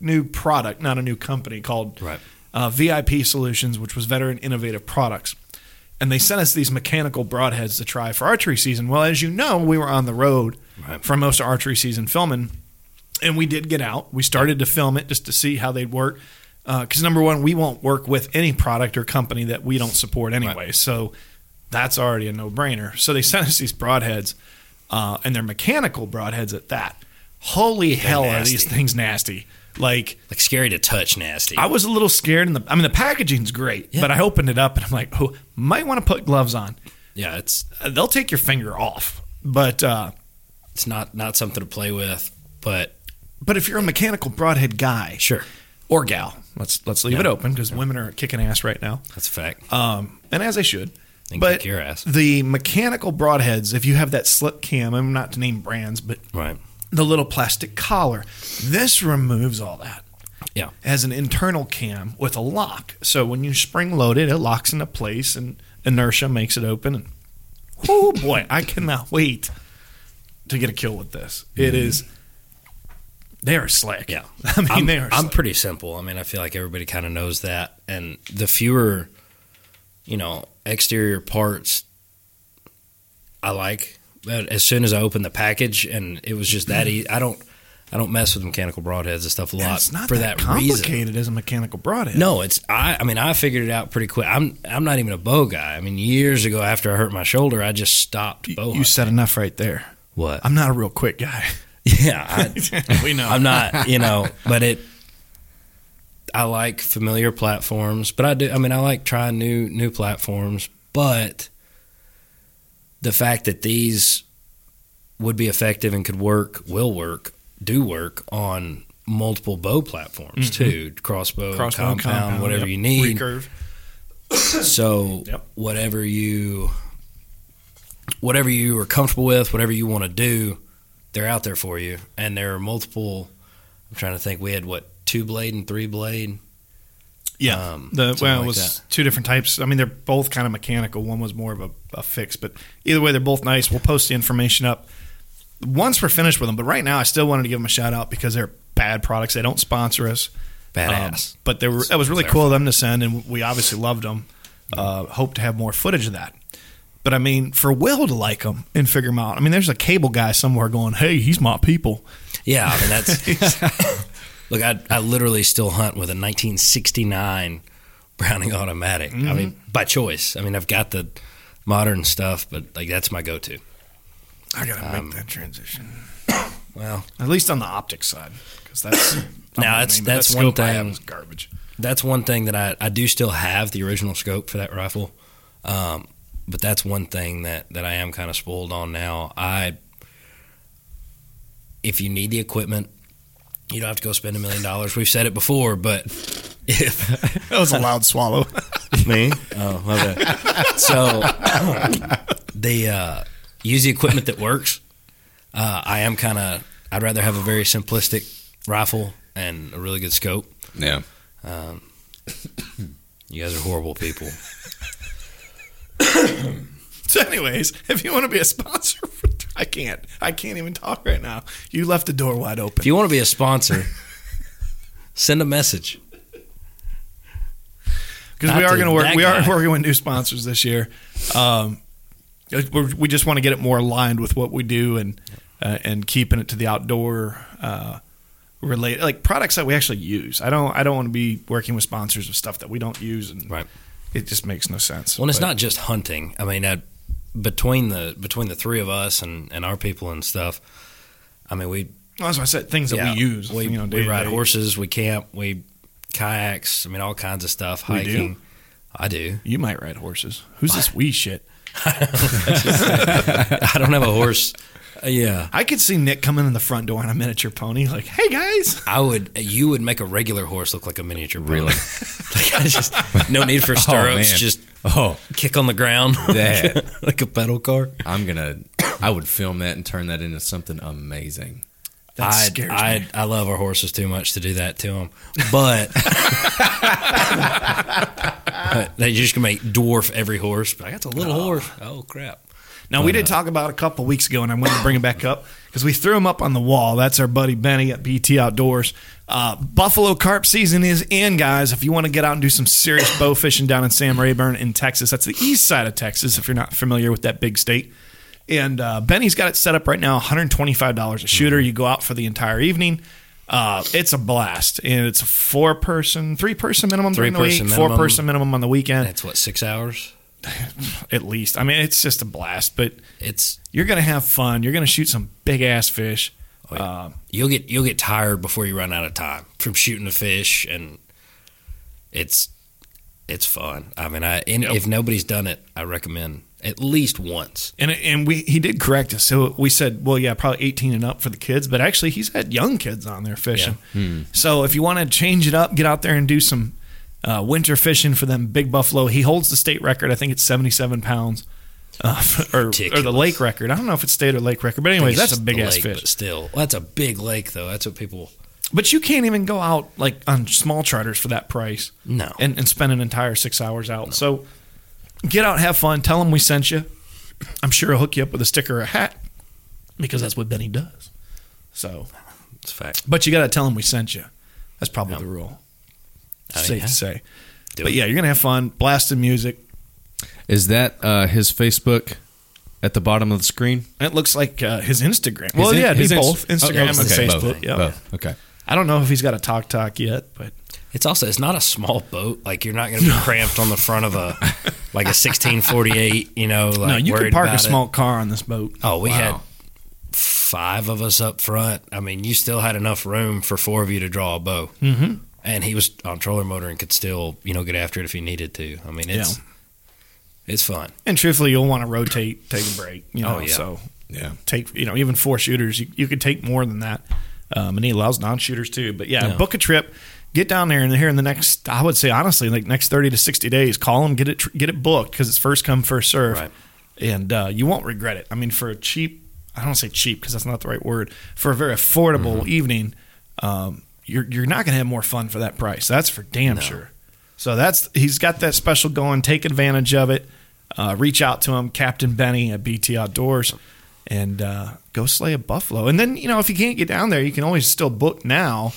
[SPEAKER 3] new product, not a new company called
[SPEAKER 5] Right.
[SPEAKER 3] uh, VIP Solutions, which was Veteran Innovative Products. And they sent us these mechanical broadheads to try for archery season. Well, as you know, we were on the road
[SPEAKER 5] Right.
[SPEAKER 3] for most of archery season filming, and we did get out. We started to film it just to see how they'd work. Because number one, we won't work with any product or company that we don't support anyway. So that's already a no brainer. So they sent us these broadheads, uh, and they're mechanical broadheads at that. Holy hell, are
[SPEAKER 5] nasty.
[SPEAKER 3] these things nasty! Like
[SPEAKER 5] Like scary to touch, nasty.
[SPEAKER 3] I was a little scared. And the I mean, the packaging's great, but I opened it up and I'm like, oh, might want to put gloves on.
[SPEAKER 5] yeah, it's
[SPEAKER 3] Uh, They'll take your finger off, but uh,
[SPEAKER 5] it's not not something to play with, but
[SPEAKER 3] but if you're a mechanical broadhead guy,
[SPEAKER 5] sure,
[SPEAKER 3] or gal, let's let's leave it open because women are kicking ass right now,
[SPEAKER 5] that's a fact.
[SPEAKER 3] um, and as they should.
[SPEAKER 5] And
[SPEAKER 3] but
[SPEAKER 5] kick your ass.
[SPEAKER 3] the mechanical broadheads, if you have that slip cam, I'm not to name brands, but
[SPEAKER 5] Right.
[SPEAKER 3] the little plastic collar, this removes all that.
[SPEAKER 5] Yeah.
[SPEAKER 3] has an internal cam with a lock. So when you spring load it, it locks into place and inertia makes it open. And oh boy, I cannot wait to get a kill with this. It is They are slick.
[SPEAKER 5] Mm-hmm. Yeah.
[SPEAKER 3] [LAUGHS] I mean,
[SPEAKER 5] I'm,
[SPEAKER 3] they are.
[SPEAKER 5] I'm
[SPEAKER 3] slick.
[SPEAKER 5] pretty simple. I mean, I feel like everybody kind of knows that. And the fewer, you know, exterior parts I like, but as soon as I opened the package and it was just that easy, I don't, I don't mess with mechanical broadheads and stuff a lot
[SPEAKER 3] it's not
[SPEAKER 5] for
[SPEAKER 3] that,
[SPEAKER 5] that, reason.
[SPEAKER 3] complicated as a mechanical broadhead.
[SPEAKER 5] No, it's I. I mean, I figured it out pretty quick. I'm I'm not even a bow guy. I mean, years ago, after I hurt my shoulder, I just stopped
[SPEAKER 3] You-
[SPEAKER 5] bow.
[SPEAKER 3] you
[SPEAKER 5] hunting.
[SPEAKER 3] said enough right there.
[SPEAKER 5] what?
[SPEAKER 3] I'm not a real quick guy.
[SPEAKER 5] [LAUGHS] yeah, I,
[SPEAKER 3] [LAUGHS] we know.
[SPEAKER 5] I'm not. You know, but it. I like familiar platforms, but I do. I mean, I like trying new new platforms, but the fact that these would be effective and could work, will work, do work on multiple bow platforms too, crossbow,
[SPEAKER 3] Mm-hmm. Crossbow,
[SPEAKER 5] compound,
[SPEAKER 3] compound,
[SPEAKER 5] whatever
[SPEAKER 3] yep.
[SPEAKER 5] you need.
[SPEAKER 3] Recurve.
[SPEAKER 5] So
[SPEAKER 3] Yep.
[SPEAKER 5] whatever you whatever you are comfortable with, whatever you want to do, they're out there for you. And there are multiple I'm trying to think we had what, two blade and three blade?
[SPEAKER 3] Yeah.
[SPEAKER 5] Um,
[SPEAKER 3] the,
[SPEAKER 5] something
[SPEAKER 3] well, it
[SPEAKER 5] like
[SPEAKER 3] was two different types. I mean, they're both kind of mechanical. One was more of a, a fix, but either way, they're both nice. We'll post the information up once we're finished with them. But right now, I still wanted to give them a shout out because they're bad products. They don't sponsor us.
[SPEAKER 5] Badass.
[SPEAKER 3] Um, but they were, that was really
[SPEAKER 5] Clarify.
[SPEAKER 3] cool of them to send, and we obviously loved them.
[SPEAKER 5] Mm-hmm.
[SPEAKER 3] Uh, hope to have more footage of that. But I mean, for Will to like them and figure them out. I mean, there's a cable guy somewhere going, "Hey, he's my people."
[SPEAKER 5] yeah, I mean
[SPEAKER 3] [LAUGHS]
[SPEAKER 5] that's [LAUGHS] Look, I I literally still hunt with a 1969 Browning automatic. I mean,
[SPEAKER 3] Mm-hmm.
[SPEAKER 5] by choice. I mean, I've got the modern stuff, but like that's my go-to.
[SPEAKER 3] I gotta make that transition,
[SPEAKER 5] Um, [COUGHS] Well,
[SPEAKER 3] at least on the optics side, because that's [COUGHS]
[SPEAKER 5] Now, that's- that's one
[SPEAKER 3] scope I have
[SPEAKER 5] thing-
[SPEAKER 3] is garbage.
[SPEAKER 5] that's one thing that I, I do still have the original scope for that rifle. Um, but that's one thing that, that I am kind of spoiled on now. I, if you need the equipment, you don't have to go spend a million dollars. We've said it before, but [LAUGHS] if
[SPEAKER 3] That was a
[SPEAKER 5] [LAUGHS]
[SPEAKER 3] loud swallow. [LAUGHS]
[SPEAKER 5] me, oh, my bad. So the uh, use the equipment that works. Uh, I am kind of. I'd rather have a very simplistic rifle and a really good scope. Um,
[SPEAKER 4] Yeah.
[SPEAKER 5] You guys are horrible people.
[SPEAKER 3] so, anyways, if you want to be a sponsor, for, I can't. I can't even talk right now. You left the door wide
[SPEAKER 5] If
[SPEAKER 3] open.
[SPEAKER 5] you want to be a sponsor, send a message.
[SPEAKER 3] Because we
[SPEAKER 5] not
[SPEAKER 3] are
[SPEAKER 5] to
[SPEAKER 3] going to work.
[SPEAKER 5] that
[SPEAKER 3] We
[SPEAKER 5] guy.
[SPEAKER 3] are working with new sponsors this year. Um, we're, we just want to get it more aligned with what we do and uh, and keeping it to the outdoor. Uh, Relate like products that we actually use. I don't. I don't want to be working with sponsors of stuff that we don't use, and
[SPEAKER 5] Right.
[SPEAKER 3] it just makes no sense.
[SPEAKER 5] Well, and it's
[SPEAKER 3] But-
[SPEAKER 5] not just hunting. I mean, I, between the between the three of us and, and our people and stuff, I mean, we
[SPEAKER 3] Well, that's what I said. Things that
[SPEAKER 5] yeah,
[SPEAKER 3] we use.
[SPEAKER 5] We,
[SPEAKER 3] you know,
[SPEAKER 5] we ride
[SPEAKER 3] day-to-day.
[SPEAKER 5] horses, we camp, we kayaks. I mean, all kinds of stuff.
[SPEAKER 3] We do?
[SPEAKER 5] Hiking. I do. [LAUGHS]
[SPEAKER 3] You might ride horses. Who's this wee shit?
[SPEAKER 5] I don't have a horse. Uh, yeah,
[SPEAKER 3] I could see Nick coming in the front door on a miniature pony, like, "Hey guys, [LAUGHS]
[SPEAKER 5] I would. You would make a regular horse look like a miniature. pony. [LAUGHS] like I just no need for stirrups.
[SPEAKER 4] man.
[SPEAKER 5] just
[SPEAKER 4] Oh,
[SPEAKER 5] kick on the ground.
[SPEAKER 4] That.
[SPEAKER 5] [LAUGHS] like a pedal car.
[SPEAKER 4] I'm gonna. I would film that and turn that into something amazing.
[SPEAKER 3] that
[SPEAKER 5] I,
[SPEAKER 3] scares
[SPEAKER 5] I,
[SPEAKER 3] me."
[SPEAKER 5] I love our horses too much to do that to them, but, [LAUGHS] but they just can make dwarf every horse. But I got the little horse. Oh crap!
[SPEAKER 3] Now we did talk about it a couple weeks ago, and I'm going to bring it back up because we threw him up on the wall. That's our buddy Benny at BT Outdoors. Uh, Buffalo carp season is in, guys. If you want to get out and do some serious bow fishing down in Sam Rayburn in Texas, that's the east side of Texas. If you're not familiar with that big state. And uh, Benny's got it set up right now, $125 a shooter. You go out for the entire evening. Uh, it's a blast, and it's a four person, three person minimum during the week,
[SPEAKER 5] Three-person
[SPEAKER 3] four
[SPEAKER 5] minimum.
[SPEAKER 3] person minimum on the weekend
[SPEAKER 5] That's what six hours.
[SPEAKER 3] at least. I mean, it's just a blast, but
[SPEAKER 5] It's
[SPEAKER 3] you're gonna have fun. You're gonna shoot some big ass fish. Uh,
[SPEAKER 5] you'll get you'll get tired before you run out of time from shooting a fish, and it's it's fun. I mean, I and if nobody's done it, I recommend at least once.
[SPEAKER 3] and and we he did correct us. So we said, well, yeah, probably 18 and up for the kids, but actually he's had young kids on there fishing.
[SPEAKER 5] Hmm.
[SPEAKER 3] So if you want to change it up, get out there and do some uh, winter fishing for them big buffalo. He holds the state record. I think it's 77 pounds. Uh, [LAUGHS] or, or the
[SPEAKER 5] Ridiculous.
[SPEAKER 3] lake record. I don't know if it's state or lake record, but anyways,
[SPEAKER 5] It's
[SPEAKER 3] that's a
[SPEAKER 5] just
[SPEAKER 3] big
[SPEAKER 5] the
[SPEAKER 3] ass
[SPEAKER 5] lake,
[SPEAKER 3] fish.
[SPEAKER 5] but still, well, that's a big lake though. That's what people.
[SPEAKER 3] But you can't even go out like on small charters for that price.
[SPEAKER 5] No.
[SPEAKER 3] And, and spend an entire six hours out. So get out, have fun. Tell them we sent you. I'm sure he'll hook you up with a sticker or a hat because that's what Benny does. So
[SPEAKER 5] It's a fact.
[SPEAKER 3] But you got to tell them we sent you. That's probably
[SPEAKER 5] Yeah.
[SPEAKER 3] the rule.
[SPEAKER 5] Oh,
[SPEAKER 3] safe
[SPEAKER 5] yeah.
[SPEAKER 3] to say.
[SPEAKER 5] Do
[SPEAKER 3] but
[SPEAKER 5] it.
[SPEAKER 3] yeah, you're gonna have fun blasting music.
[SPEAKER 4] Is that uh, his Facebook at the bottom of the screen?
[SPEAKER 3] And It looks like uh, his Instagram. Well, yeah, it'd
[SPEAKER 4] his
[SPEAKER 3] be
[SPEAKER 4] Inst-
[SPEAKER 3] both Instagram
[SPEAKER 4] Oh,
[SPEAKER 3] and
[SPEAKER 4] okay,
[SPEAKER 3] Facebook.
[SPEAKER 4] both,
[SPEAKER 3] yeah,
[SPEAKER 4] both. Okay.
[SPEAKER 3] I don't know if he's got a talk talk yet, but
[SPEAKER 5] It's also it's not a small boat. Like you're
[SPEAKER 3] [LAUGHS]
[SPEAKER 5] not going to be cramped on the front of a like a 1648. You know, like
[SPEAKER 3] no, you
[SPEAKER 5] worried
[SPEAKER 3] could park a
[SPEAKER 5] about it.
[SPEAKER 3] small car on this boat.
[SPEAKER 5] Oh, we had five of us up front. I mean, you still had enough room for four of you to draw a bow. Mm-hmm. And he was on troller motor and could still, you know, get after it if he needed to. I mean, it's it's fun.
[SPEAKER 3] And truthfully, you'll want to rotate, take a break. You know,
[SPEAKER 5] Oh, yeah.
[SPEAKER 3] so
[SPEAKER 4] Yeah.
[SPEAKER 3] take you know even four shooters. You, you could take more than that, um, and he allows non shooters too. But yeah,
[SPEAKER 5] Yeah.
[SPEAKER 3] book a trip, get down there, and here in the next, I would say honestly, like next thirty to sixty days, call him, get it, tr- get it booked because it's first come first serve,
[SPEAKER 5] Right.
[SPEAKER 3] and uh, you won't regret it. I mean, for a cheap, I don't wanna say cheap because that's not the right word. For a very affordable
[SPEAKER 5] Mm-hmm.
[SPEAKER 3] evening, um, you're you're not going to have more fun for that price. That's for damn sure. So that's he's got that special going. Take advantage of it. Uh, reach out to him, Captain Benny at BT Outdoors, and uh, go slay a buffalo. And then you know if you can't get down there, you can always still book now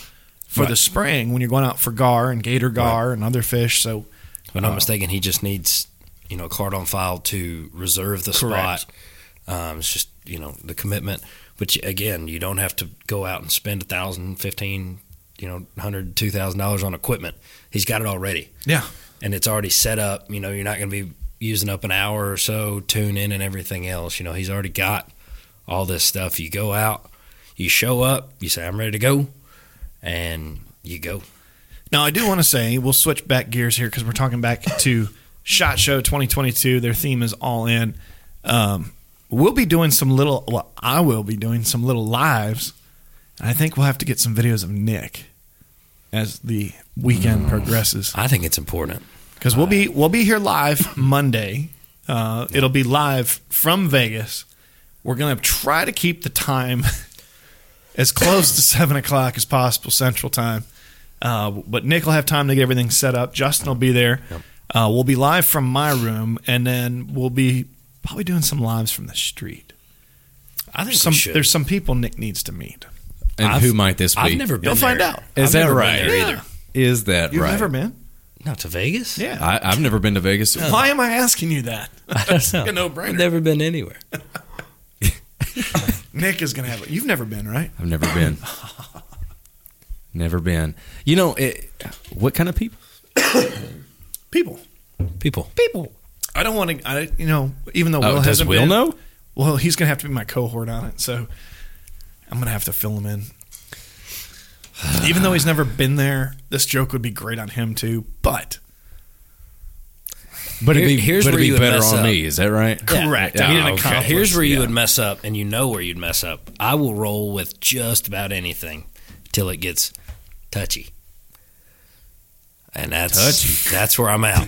[SPEAKER 3] for the spring when you're going out for gar and gator gar and other fish. So
[SPEAKER 5] If
[SPEAKER 3] Uh,
[SPEAKER 5] I'm not mistaken, he just needs, you know, a card on file to reserve the
[SPEAKER 3] Correct.
[SPEAKER 5] spot. Um, it's just, you know, the commitment. But you, again, you don't have to go out and spend a thousand, fifteen, you know, hundred, two thousand dollars on equipment. He's got it already.
[SPEAKER 3] Yeah.
[SPEAKER 5] And it's already set up. You know, you're not going to be using up an hour or so tune in and everything else. You know, he's already got all this stuff. You go out, you show up, you say, "I'm ready to go," and you go.
[SPEAKER 3] Now, I do want to say we'll switch back gears here because we're talking back to Shot Show 2022. Their theme is all in. Um, we'll be doing some little. Well, I will be doing some little lives. And I think we'll have to get some videos of Nick as the weekend progresses
[SPEAKER 5] I think it's important.
[SPEAKER 3] because we'll be we'll be here live Monday. Uh, it'll be live from Vegas. We're gonna try to keep the time [LAUGHS] as close to seven o'clock as possible Central Time. Uh, but Nick will have time to get everything set up. Justin will be there. Uh, we'll be live from my room, and then we'll be probably doing some lives from the street.
[SPEAKER 5] I think we
[SPEAKER 3] Some
[SPEAKER 5] should.
[SPEAKER 3] there's some people Nick needs to meet.
[SPEAKER 4] And
[SPEAKER 5] I've-
[SPEAKER 4] who might this be?
[SPEAKER 5] I've never been.
[SPEAKER 3] You'll find
[SPEAKER 5] there.
[SPEAKER 3] out.
[SPEAKER 4] Is
[SPEAKER 5] I've
[SPEAKER 4] that
[SPEAKER 5] never been
[SPEAKER 4] right?
[SPEAKER 5] there
[SPEAKER 3] Yeah.
[SPEAKER 5] either.
[SPEAKER 4] Is that
[SPEAKER 3] You've
[SPEAKER 4] right?
[SPEAKER 3] never been?
[SPEAKER 5] Not to Vegas.
[SPEAKER 3] Yeah.
[SPEAKER 4] I, I've never been to Vegas.
[SPEAKER 3] Why am I asking you
[SPEAKER 5] [LAUGHS]
[SPEAKER 3] that?
[SPEAKER 5] That's a
[SPEAKER 3] no-brainer.
[SPEAKER 5] I've never been anywhere.
[SPEAKER 3] [LAUGHS] Nick is gonna have it. You've never been, right?
[SPEAKER 4] I've never
[SPEAKER 3] [LAUGHS]
[SPEAKER 4] been. never been. You know, it, what kind of people?
[SPEAKER 3] People.
[SPEAKER 5] People.
[SPEAKER 3] people. I don't want to. I you know even though
[SPEAKER 4] Oh,
[SPEAKER 3] Will
[SPEAKER 4] does
[SPEAKER 3] hasn't
[SPEAKER 4] Will
[SPEAKER 3] been-
[SPEAKER 4] know?
[SPEAKER 3] Well, he's gonna have to be my cohort on it, so I'm gonna have to fill him in. [SIGHS] even though he's never been there, this joke would be great on him too. But
[SPEAKER 4] But it'd
[SPEAKER 5] Here-
[SPEAKER 4] be,
[SPEAKER 5] here's
[SPEAKER 4] but it'd
[SPEAKER 5] where
[SPEAKER 4] be
[SPEAKER 5] you would
[SPEAKER 4] better
[SPEAKER 5] mess
[SPEAKER 4] on
[SPEAKER 5] up.
[SPEAKER 4] me. Is that right? Ah,
[SPEAKER 3] Correct. I need an
[SPEAKER 5] Oh,
[SPEAKER 3] accomplice.
[SPEAKER 5] Here's where you would mess up, and you know where you'd mess up. I will roll with just about anything till it gets touchy, and that's that's where I'm [LAUGHS] out.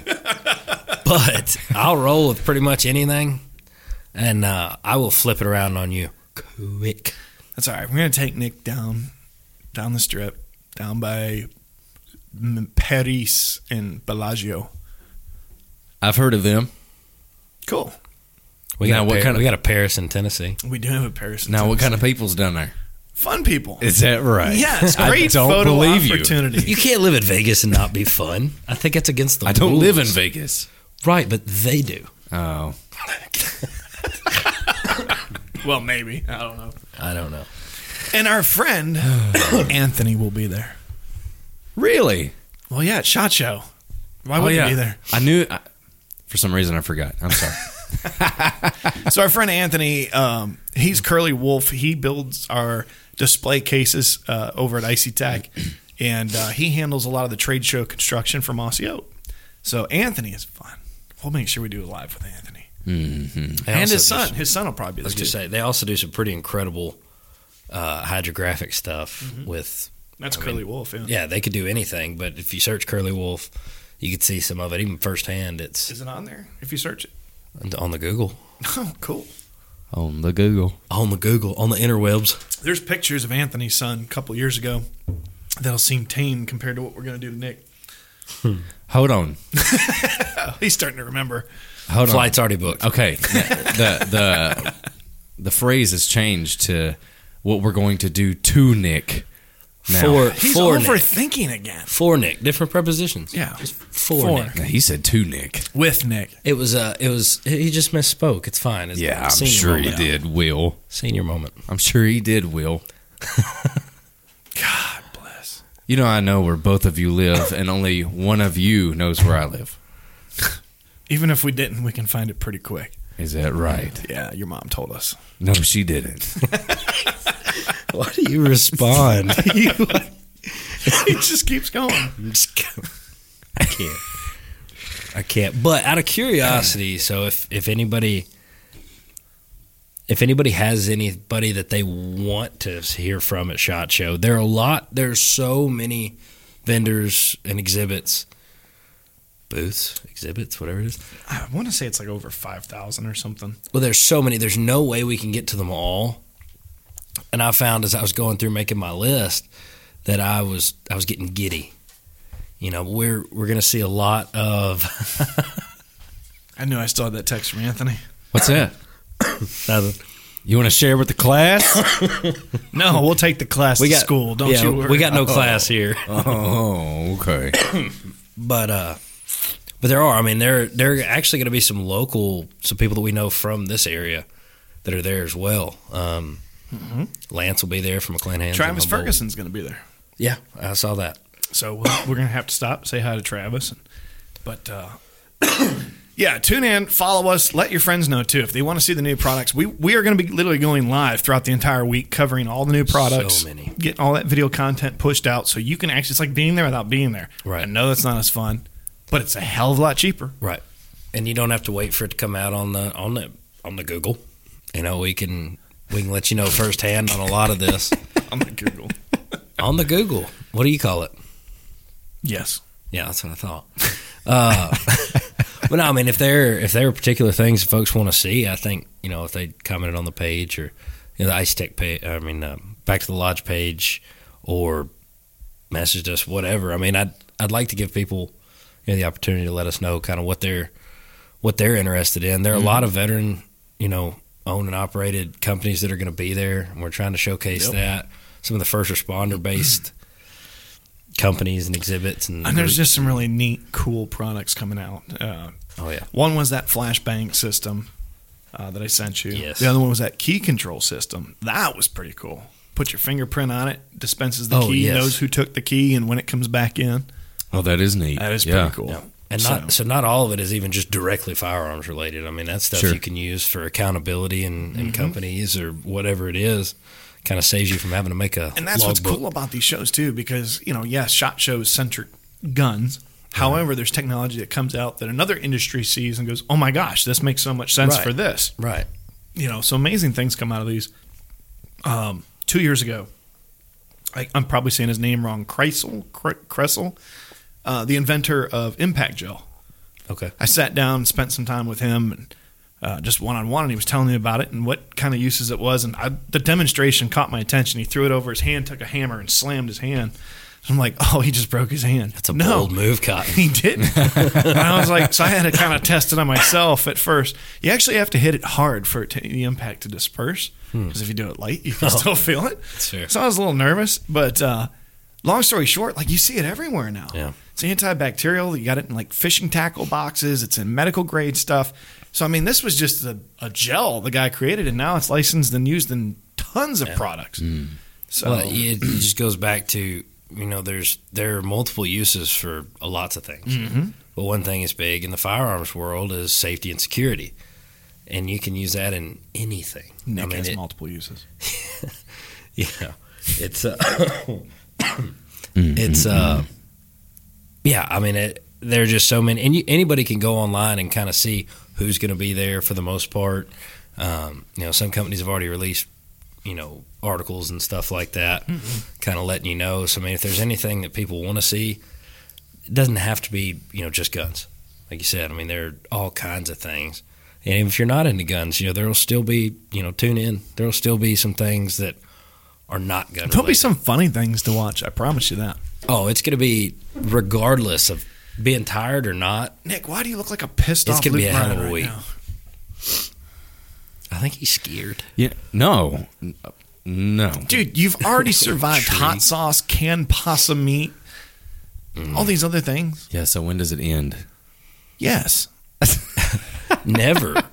[SPEAKER 5] but I'll roll with pretty much anything, and uh, I will flip it around on you quick.
[SPEAKER 3] that's all right. We're gonna take Nick down, down the strip, down by M- Paris and Bellagio.
[SPEAKER 4] I've heard of them.
[SPEAKER 3] Cool.
[SPEAKER 5] We
[SPEAKER 4] Now,
[SPEAKER 5] got a
[SPEAKER 4] what
[SPEAKER 5] Par-
[SPEAKER 4] kind of-
[SPEAKER 5] we got a Paris in Tennessee.
[SPEAKER 3] We do have a Paris. in
[SPEAKER 4] Now, what
[SPEAKER 3] Tennessee.
[SPEAKER 4] kind of people's down there?
[SPEAKER 3] fun people?
[SPEAKER 4] Is that right?
[SPEAKER 3] Yes,
[SPEAKER 4] [LAUGHS] I
[SPEAKER 3] great
[SPEAKER 4] don't
[SPEAKER 3] photo
[SPEAKER 4] believe you.
[SPEAKER 3] opportunity.
[SPEAKER 4] [LAUGHS]
[SPEAKER 5] You can't live in Vegas and not be fun. I think that's against the.
[SPEAKER 4] I don't live in
[SPEAKER 5] rules.
[SPEAKER 4] Vegas.
[SPEAKER 5] Right, but they do.
[SPEAKER 4] Oh,
[SPEAKER 3] well, maybe I don't know.
[SPEAKER 5] I don't know.
[SPEAKER 3] And our
[SPEAKER 4] [SIGHS]
[SPEAKER 3] friend Anthony will be there.
[SPEAKER 4] really?
[SPEAKER 3] Well, yeah, it's Shot Show. Why
[SPEAKER 4] oh,
[SPEAKER 3] wouldn't
[SPEAKER 4] yeah.
[SPEAKER 3] he be there?
[SPEAKER 4] I knew. I, for some reason, I forgot. I'm [LAUGHS] sorry.
[SPEAKER 3] So our friend Anthony, um, he's Curly Wolf. He builds our display cases uh, over at Icy
[SPEAKER 4] [CLEARS THROAT]
[SPEAKER 3] Tech, and uh, he handles a lot of the trade show construction for Mossy Oak. So Anthony is fun. We'll make sure we do a live with Anthony
[SPEAKER 4] Mm-hmm.
[SPEAKER 5] They
[SPEAKER 3] and
[SPEAKER 5] also
[SPEAKER 3] his
[SPEAKER 5] do
[SPEAKER 3] son.
[SPEAKER 5] some-
[SPEAKER 3] His son will probably
[SPEAKER 5] I
[SPEAKER 3] be there
[SPEAKER 5] was
[SPEAKER 3] too.
[SPEAKER 5] just say they also do some pretty incredible uh, hydrographic stuff with.
[SPEAKER 3] That's
[SPEAKER 5] I mean,
[SPEAKER 3] Curly Wolf. Yeah.
[SPEAKER 5] Yeah, they could do anything, but if you search Curly Wolf, you could see some of it even firsthand. It's
[SPEAKER 3] Is it on there if you search it?
[SPEAKER 5] on the Google,
[SPEAKER 3] Oh, cool.
[SPEAKER 4] On the Google.
[SPEAKER 5] on the Google, on the interwebs.
[SPEAKER 3] There's pictures of Anthony's son a couple years ago that'll seem tame compared to what we're going to do to Nick. [LAUGHS]
[SPEAKER 4] Hold on.
[SPEAKER 3] He's starting to remember.
[SPEAKER 4] Hold
[SPEAKER 5] Flight's already booked.
[SPEAKER 4] on. Okay. the the the phrase has changed to what we're going to do to Nick.
[SPEAKER 5] For
[SPEAKER 3] He's
[SPEAKER 5] for Nick.
[SPEAKER 3] overthinking again.
[SPEAKER 5] For Nick. Different prepositions.
[SPEAKER 3] Yeah.
[SPEAKER 5] For,
[SPEAKER 3] For.
[SPEAKER 5] Nick.
[SPEAKER 4] Now, he said to Nick.
[SPEAKER 3] With Nick.
[SPEAKER 5] It was uh it was he just misspoke. It's fine. It's
[SPEAKER 4] Yeah, I'm
[SPEAKER 5] senior
[SPEAKER 4] sure he
[SPEAKER 5] moment.
[SPEAKER 4] did, Will.
[SPEAKER 5] Senior moment.
[SPEAKER 4] I'm sure he did, Will.
[SPEAKER 3] God bless.
[SPEAKER 4] You know, I know where both of you live, and only one of you knows where I live.
[SPEAKER 3] Even if we didn't, we can find it pretty quick.
[SPEAKER 4] Is that right?
[SPEAKER 3] Yeah, your mom told us.
[SPEAKER 4] No, she didn't.
[SPEAKER 5] Why do you [LAUGHS] respond?
[SPEAKER 3] [LAUGHS] He just keeps going.
[SPEAKER 5] I'm [LAUGHS] just kidding. I can't. I can't. But out of curiosity, so if if anybody if anybody has anybody that they want to hear from at Shot Show, there are a lot. There's so many vendors and exhibits, booths, exhibits, whatever it is.
[SPEAKER 3] I want to say it's like over 5,000 or something.
[SPEAKER 5] Well, there's so many. There's no way we can get to them all. And I found as I was going through making my list that I was I was getting giddy. You know, we're we're gonna see a lot of [LAUGHS]
[SPEAKER 3] I knew I still had that text from Anthony.
[SPEAKER 4] What's that?
[SPEAKER 5] nothing.
[SPEAKER 4] You want to share with the class?
[SPEAKER 3] No, we'll take the class
[SPEAKER 5] [LAUGHS] We
[SPEAKER 3] to
[SPEAKER 5] got
[SPEAKER 3] school. Don't
[SPEAKER 5] yeah,
[SPEAKER 3] you worry.
[SPEAKER 5] We got no class here,
[SPEAKER 4] oh, okay.
[SPEAKER 5] but uh, but there are. I mean, there there are actually gonna be some local some people that we know from this area that are there as well. Um, Lance will be there from McLean Hands.
[SPEAKER 3] Mm-hmm. Travis
[SPEAKER 5] and Humboldt.
[SPEAKER 3] Ferguson's going to be there.
[SPEAKER 5] Yeah, I saw that.
[SPEAKER 3] So we'll, we're [COUGHS] going to have to stop, say hi to Travis. And, but uh, [COUGHS] yeah, tune in, follow us, let your friends know too if they want to see the new products. We we are going to be literally going live throughout the entire week, covering all the new products,
[SPEAKER 5] many.
[SPEAKER 3] getting all that video content pushed out, so you can actually it's like being there without being there.
[SPEAKER 5] Right.
[SPEAKER 3] I know that's not as fun, but it's a hell of a lot cheaper.
[SPEAKER 5] Right. And you don't have to wait for it to come out on the on the on the Google. You know, we can we can let you know firsthand on a lot of this. [LAUGHS]
[SPEAKER 3] I'm like Google.
[SPEAKER 5] on the Google. What do you call it?
[SPEAKER 3] yes.
[SPEAKER 5] Yeah, that's what I thought. Uh, [LAUGHS] but no, I mean if there if there are particular things folks want to see, I think, you know, if they commented on the page or you know, the Ice Tech page I mean uh, back to the lodge page or messaged us, whatever. I mean I'd I'd like to give people you know, the opportunity to let us know kind of what they're what they're interested in. There are a lot of veteran, you know, owned and operated companies that are going to be there, and we're trying to showcase that. Some of the first responder based companies and exhibits, and,
[SPEAKER 3] And there's just some really neat, cool products coming out. Uh,
[SPEAKER 5] oh yeah,
[SPEAKER 3] One was that flashbang system uh, that I sent you.
[SPEAKER 5] Yes.
[SPEAKER 3] The other one was that key control system. That was pretty cool. Put your fingerprint on it, dispenses the
[SPEAKER 5] Oh,
[SPEAKER 3] key,
[SPEAKER 5] yes.
[SPEAKER 3] knows who took the key, and when it comes back in.
[SPEAKER 4] Oh, that is neat.
[SPEAKER 3] That is
[SPEAKER 4] yeah.
[SPEAKER 3] pretty cool.
[SPEAKER 5] Yeah. and not so. not all of it is even just directly firearms related. I mean, that's stuff
[SPEAKER 4] Sure.
[SPEAKER 5] you can use for accountability and, and
[SPEAKER 3] Mm-hmm.
[SPEAKER 5] companies or whatever it is. Kind of saves you from having to make a
[SPEAKER 3] And that's what's
[SPEAKER 5] logbook.
[SPEAKER 3] cool about these shows too, because you know, yes, shot shows centric guns. However, there's technology that comes out that another industry sees and goes, "Oh my gosh, this makes so much sense
[SPEAKER 5] Right.
[SPEAKER 3] for this."
[SPEAKER 5] right?
[SPEAKER 3] you know, so amazing things come out of these. Um, two years ago, I, I'm probably saying his name wrong. Kreisel, Kre- Kressel, uh, the inventor of impact gel.
[SPEAKER 5] Okay,
[SPEAKER 3] I sat down, and spent some time with him, and uh, just one on one, and he was telling me about it and what kind of uses it was. And I, the demonstration caught my attention. He threw it over his hand, took a hammer, and slammed his hand. I'm like, oh, he just broke his hand.
[SPEAKER 5] that's a
[SPEAKER 3] no,
[SPEAKER 5] bold move, Cotton.
[SPEAKER 3] he didn't. and I was like, so I had to kind of test it on myself at first. You actually have to hit it hard for it to, the impact to disperse.
[SPEAKER 5] Hmm.
[SPEAKER 3] Because if you do it late, you can
[SPEAKER 5] Oh.
[SPEAKER 3] still feel it.
[SPEAKER 5] fair.
[SPEAKER 3] So I was a little nervous, but uh, long story short, like you see it everywhere now.
[SPEAKER 5] Yeah.
[SPEAKER 3] It's antibacterial. You got it in like fishing tackle boxes. It's in medical grade stuff. So I mean, this was just a, a gel the guy created, and now it's licensed and used in tons of products. So
[SPEAKER 5] Well, it, it just goes back to you know, there's there are multiple uses for uh, lots of things,
[SPEAKER 3] Mm-hmm.
[SPEAKER 5] but one thing is big in the firearms world is safety and security, and you can use that in anything.
[SPEAKER 3] Nick
[SPEAKER 5] I mean,
[SPEAKER 3] has
[SPEAKER 5] it-
[SPEAKER 3] multiple uses.
[SPEAKER 5] [LAUGHS] yeah,
[SPEAKER 3] [COUGHS]
[SPEAKER 5] it's uh, [COUGHS] it's uh, yeah. I mean, it, there are just so many, and you, anybody can go online and kind of see who's going to be there for the most part. Um, you know, some companies have already released you know articles and stuff like that, kind of letting you know. So, I mean, if there's anything that people want to see, it doesn't have to be you know just guns. Like you said, I mean, there are all kinds of things. And if you're not into guns, you know there'll still be you know tune in. There'll still be some things that are not gun.
[SPEAKER 3] There'll be
[SPEAKER 5] related.
[SPEAKER 3] some funny things to watch. I promise you that.
[SPEAKER 5] Oh, it's going to be regardless of being tired or not.
[SPEAKER 3] Nick, why do you look like a pissed
[SPEAKER 5] It's
[SPEAKER 3] off
[SPEAKER 5] gonna
[SPEAKER 3] Luke
[SPEAKER 5] be a hell of
[SPEAKER 3] Ryan
[SPEAKER 5] a
[SPEAKER 3] right
[SPEAKER 5] week.
[SPEAKER 3] now?
[SPEAKER 5] I think he's scared.
[SPEAKER 4] Yeah. No. N- No.
[SPEAKER 3] Dude,
[SPEAKER 5] [LAUGHS]
[SPEAKER 3] you've already survived hot sauce, canned pasta meat,
[SPEAKER 5] Mm.
[SPEAKER 3] all these other things.
[SPEAKER 4] Yeah. So when does it end?
[SPEAKER 3] Yes.
[SPEAKER 5] Never.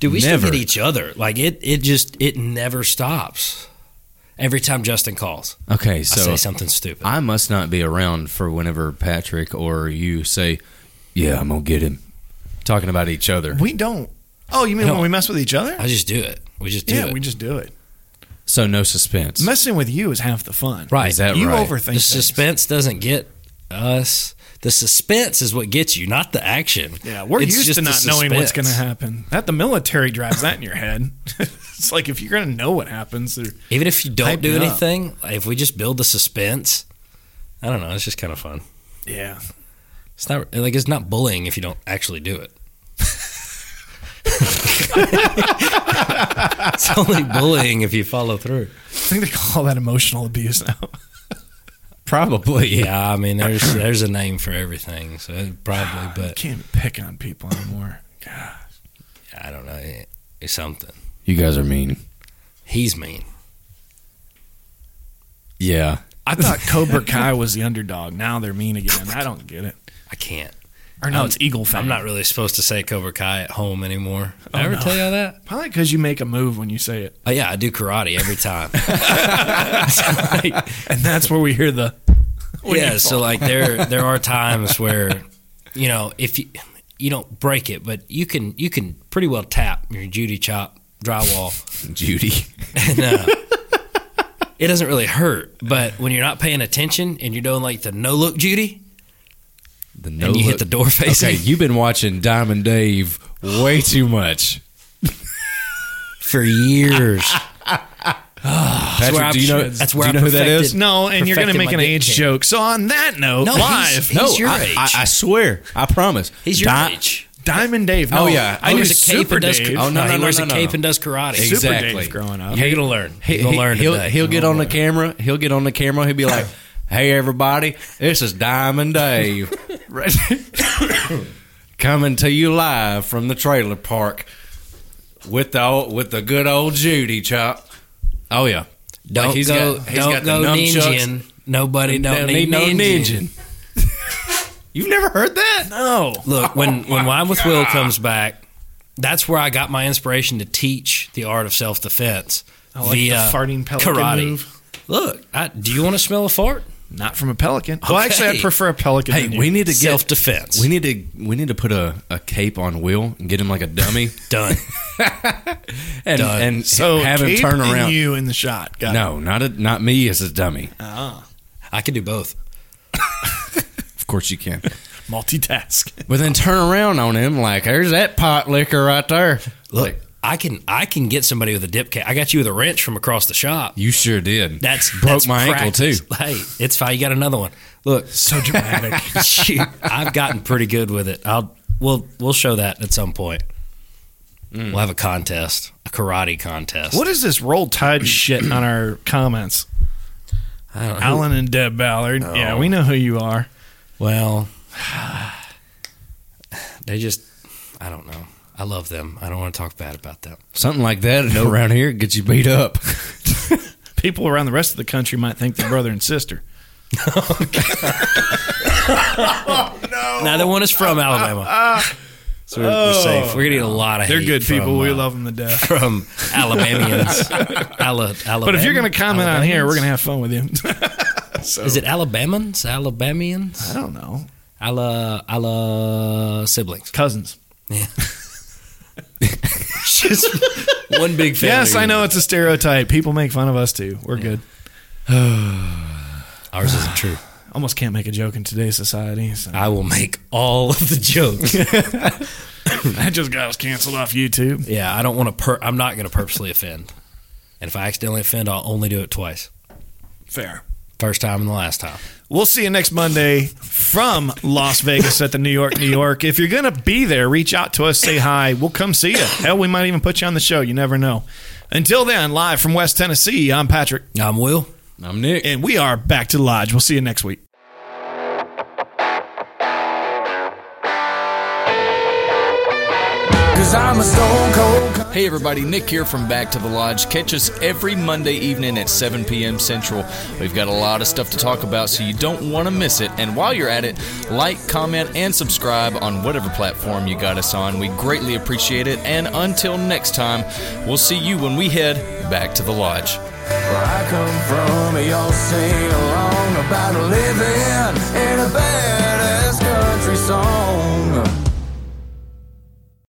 [SPEAKER 5] Do we
[SPEAKER 4] Never.
[SPEAKER 5] still get each other? Like it, it just it never stops. Every time Justin calls,
[SPEAKER 4] Okay.
[SPEAKER 5] I
[SPEAKER 4] So
[SPEAKER 5] say something stupid.
[SPEAKER 4] I must not be around for whenever Patrick or you say, "Yeah, I'm gonna get him." Talking about each other.
[SPEAKER 3] We don't. Oh, you mean
[SPEAKER 5] No.
[SPEAKER 3] when we mess with each other?
[SPEAKER 5] I just do it. We just do
[SPEAKER 3] yeah,
[SPEAKER 5] it.
[SPEAKER 3] we just do it.
[SPEAKER 4] So no suspense.
[SPEAKER 3] Messing with you is half the fun.
[SPEAKER 5] right.
[SPEAKER 4] Is that
[SPEAKER 3] you
[SPEAKER 4] right?
[SPEAKER 3] overthink
[SPEAKER 5] the
[SPEAKER 3] things.
[SPEAKER 5] suspense doesn't get us. The suspense is what gets you, not the action.
[SPEAKER 3] Yeah, we're
[SPEAKER 5] It's
[SPEAKER 3] used
[SPEAKER 5] just
[SPEAKER 3] to
[SPEAKER 5] the
[SPEAKER 3] not knowing what's going
[SPEAKER 5] suspense.
[SPEAKER 3] to happen. That the military drives that in your head. [LAUGHS] it's like if you're going to know what happens, or-
[SPEAKER 5] Even if you don't
[SPEAKER 3] Hype
[SPEAKER 5] do
[SPEAKER 3] it up.
[SPEAKER 5] anything, like, if we just build the suspense, I don't know. It's just kind of fun.
[SPEAKER 3] yeah,
[SPEAKER 5] It's not like it's not bullying if you don't actually do it. [LAUGHS] it's only bullying if you follow through.
[SPEAKER 3] I think they call that emotional abuse now.
[SPEAKER 4] Probably.
[SPEAKER 5] Yeah, I mean, there's there's a name for everything, so it probably.
[SPEAKER 3] I
[SPEAKER 5] But
[SPEAKER 3] can't pick on people anymore. God.
[SPEAKER 5] I don't know. it- It's something.
[SPEAKER 4] You guys are mean.
[SPEAKER 5] He's mean.
[SPEAKER 4] Yeah.
[SPEAKER 3] I thought Cobra Kai was the underdog. Now they're mean again. I don't get it.
[SPEAKER 5] I can't.
[SPEAKER 3] Or no,
[SPEAKER 5] I'm-
[SPEAKER 3] it's Eagle Fang.
[SPEAKER 5] I'm not really supposed to say Cobra Kai at home anymore. Did I ever
[SPEAKER 3] no.
[SPEAKER 5] tell y'all that?
[SPEAKER 3] probably because you make a move when you say it,
[SPEAKER 5] Oh, yeah, I do karate every [LAUGHS] time.
[SPEAKER 3] and that's where we hear the
[SPEAKER 5] yeah, so like there there are times where you know if you you don't break it, but you can you can pretty well tap your Judy chop drywall.
[SPEAKER 4] Judy.
[SPEAKER 5] And, uh, it doesn't really hurt, but when you're not paying attention and you're doing like the no look Judy,
[SPEAKER 4] The no
[SPEAKER 5] and you hit the door facing.
[SPEAKER 4] [LAUGHS] Okay, you've been watching Diamond Dave way too much.
[SPEAKER 5] for
[SPEAKER 4] [LAUGHS]
[SPEAKER 5] years. where
[SPEAKER 4] Patrick,
[SPEAKER 5] I'm
[SPEAKER 4] do you know?
[SPEAKER 5] sure- that's where
[SPEAKER 4] do you
[SPEAKER 5] I
[SPEAKER 4] know who that is?
[SPEAKER 5] perfected-
[SPEAKER 3] no, and you're going to
[SPEAKER 5] Perfected
[SPEAKER 3] make
[SPEAKER 5] my
[SPEAKER 3] an
[SPEAKER 5] dick
[SPEAKER 3] age
[SPEAKER 5] kick.
[SPEAKER 3] joke. So on that note,
[SPEAKER 5] No,
[SPEAKER 3] live
[SPEAKER 5] he's- your
[SPEAKER 4] I,
[SPEAKER 5] age.
[SPEAKER 4] I, I swear, I promise.
[SPEAKER 5] [LAUGHS] He's your
[SPEAKER 4] Di-
[SPEAKER 5] age.
[SPEAKER 3] Diamond Dave. No,
[SPEAKER 4] Oh, yeah.
[SPEAKER 3] I
[SPEAKER 4] Oh,
[SPEAKER 3] knew
[SPEAKER 5] He wears a cape
[SPEAKER 3] Super
[SPEAKER 5] and does.
[SPEAKER 3] Dave.
[SPEAKER 4] Oh, no,
[SPEAKER 5] he
[SPEAKER 4] no, no,
[SPEAKER 5] wears
[SPEAKER 4] no,
[SPEAKER 5] a
[SPEAKER 4] no.
[SPEAKER 5] cape and does karate.
[SPEAKER 4] Exactly.
[SPEAKER 3] Super Dave growing up.
[SPEAKER 5] You're gonna learn.
[SPEAKER 4] He,
[SPEAKER 5] You're gonna learn
[SPEAKER 4] will
[SPEAKER 5] today.
[SPEAKER 4] he'll get on the camera. He'll get on the camera. He'll be [COUGHS] like, "Hey, everybody, this is Diamond [LAUGHS] Dave, Right. coming to you live from the trailer park with the old, with the good old Judy Chop." Oh yeah,
[SPEAKER 5] Don't
[SPEAKER 4] Like, he's
[SPEAKER 5] go.
[SPEAKER 4] got- oh, he's
[SPEAKER 5] don't
[SPEAKER 4] got the
[SPEAKER 5] go
[SPEAKER 4] nunchucks.
[SPEAKER 5] ninjin. Nobody don't, need, ninjin.
[SPEAKER 4] You've never heard that? No.
[SPEAKER 3] [LAUGHS]
[SPEAKER 5] Look, when
[SPEAKER 3] Oh
[SPEAKER 5] when Wine with Will comes back, that's where I got my inspiration to teach the art of self defense
[SPEAKER 3] I like the farting pelican
[SPEAKER 5] karate.
[SPEAKER 3] move.
[SPEAKER 5] Look, I, do you want to smell a fart?
[SPEAKER 3] Not from a pelican. Well,
[SPEAKER 5] Okay.
[SPEAKER 3] actually, I prefer a pelican.
[SPEAKER 4] Hey,
[SPEAKER 3] than you.
[SPEAKER 4] we need to get
[SPEAKER 5] Self defense.
[SPEAKER 4] we need to we need to put a, a cape on Will and get him like a dummy
[SPEAKER 5] Done.
[SPEAKER 4] [LAUGHS]
[SPEAKER 5] [LAUGHS]
[SPEAKER 4] and
[SPEAKER 5] Done.
[SPEAKER 4] and
[SPEAKER 3] so
[SPEAKER 4] have him
[SPEAKER 3] Cape
[SPEAKER 4] turn
[SPEAKER 3] and
[SPEAKER 4] around.
[SPEAKER 3] you in the shot. Got
[SPEAKER 4] No, not a, not me as a dummy.
[SPEAKER 5] I can do both.
[SPEAKER 4] Of course you can.
[SPEAKER 3] it. multitask.
[SPEAKER 4] But then turn around on him like there's that pot liquor right there.
[SPEAKER 5] Look,
[SPEAKER 4] Like,
[SPEAKER 5] I can I can get somebody with a dip cap. I got you with a wrench from across the shop.
[SPEAKER 4] you sure
[SPEAKER 3] [LAUGHS]
[SPEAKER 4] did.
[SPEAKER 5] That's
[SPEAKER 4] broke
[SPEAKER 5] that's
[SPEAKER 4] my ankle
[SPEAKER 5] practice.
[SPEAKER 4] too.
[SPEAKER 5] Hey, it's fine. You got another one. Look,
[SPEAKER 3] So dramatic.
[SPEAKER 5] [LAUGHS] shoot, I've gotten pretty good with it. I'll we'll we'll show that at some point.
[SPEAKER 3] Mm.
[SPEAKER 5] We'll have a contest, a karate contest.
[SPEAKER 3] what is this roll
[SPEAKER 4] [CLEARS THROAT]
[SPEAKER 3] tide shit on our comments?
[SPEAKER 5] I don't know.
[SPEAKER 3] Alan and Deb Ballard. Yeah, we know who you are.
[SPEAKER 5] Well, [SIGHS] they just I don't know. I love them. I don't want to talk bad about them.
[SPEAKER 4] Something like that and [LAUGHS] around here gets you
[SPEAKER 5] [LAUGHS]
[SPEAKER 4] beat up.
[SPEAKER 3] People around the rest of the country might think they're brother and sister.
[SPEAKER 5] Neither one is from Alabama. So we're, we're safe. We're gonna get a lot of
[SPEAKER 3] Oh. They're
[SPEAKER 5] hate
[SPEAKER 3] good
[SPEAKER 5] from,
[SPEAKER 3] people. we
[SPEAKER 5] uh,
[SPEAKER 3] love them to death.
[SPEAKER 5] [LAUGHS] from
[SPEAKER 3] [LAUGHS]
[SPEAKER 5] Alabamians. Ala, Alabama,
[SPEAKER 3] But if you're going to comment on here, we're going to have fun with you.
[SPEAKER 5] Is it Alabamans?
[SPEAKER 3] [LAUGHS]
[SPEAKER 5] Alabamians?
[SPEAKER 3] I don't know.
[SPEAKER 5] Ala Ala siblings.
[SPEAKER 3] Cousins.
[SPEAKER 4] [LAUGHS]
[SPEAKER 5] Yeah. Just one big family.
[SPEAKER 3] Yes, I know it's a stereotype. People make fun of us too. We're good.
[SPEAKER 5] Ours isn't true.
[SPEAKER 3] Almost can't make a joke in today's society. [LAUGHS] So.
[SPEAKER 5] I will make all of the [LAUGHS] jokes.
[SPEAKER 3] That just got us canceled off YouTube.
[SPEAKER 5] yeah, I don't want to. Per- I'm not going to purposely offend. And if I accidentally offend, I'll only do it twice.
[SPEAKER 3] Fair.
[SPEAKER 5] First time and the last time.
[SPEAKER 3] We'll see you next Monday from Las Vegas at the New York, New York. If you're going to be there, reach out to us, say hi. We'll come see you. Hell, we might even put you on the show. You never know. Until then, live from West Tennessee, I'm Patrick,
[SPEAKER 5] I'm Will.
[SPEAKER 4] I'm Nick.
[SPEAKER 3] and we are back to the lodge. We'll see you next week.
[SPEAKER 1] Good Cause I'm a stone cold. con-
[SPEAKER 4] Hey everybody, Nick here from Back to the Lodge. Catch us every Monday evening at 7 p.m. Central. We've got a lot of stuff to talk about, so you don't want to miss it. And while you're at it, like, comment, and subscribe on whatever platform you got us on. We greatly appreciate it. And until next time, we'll see you when we head back to the lodge.
[SPEAKER 1] Where I come from, y'all sing along about living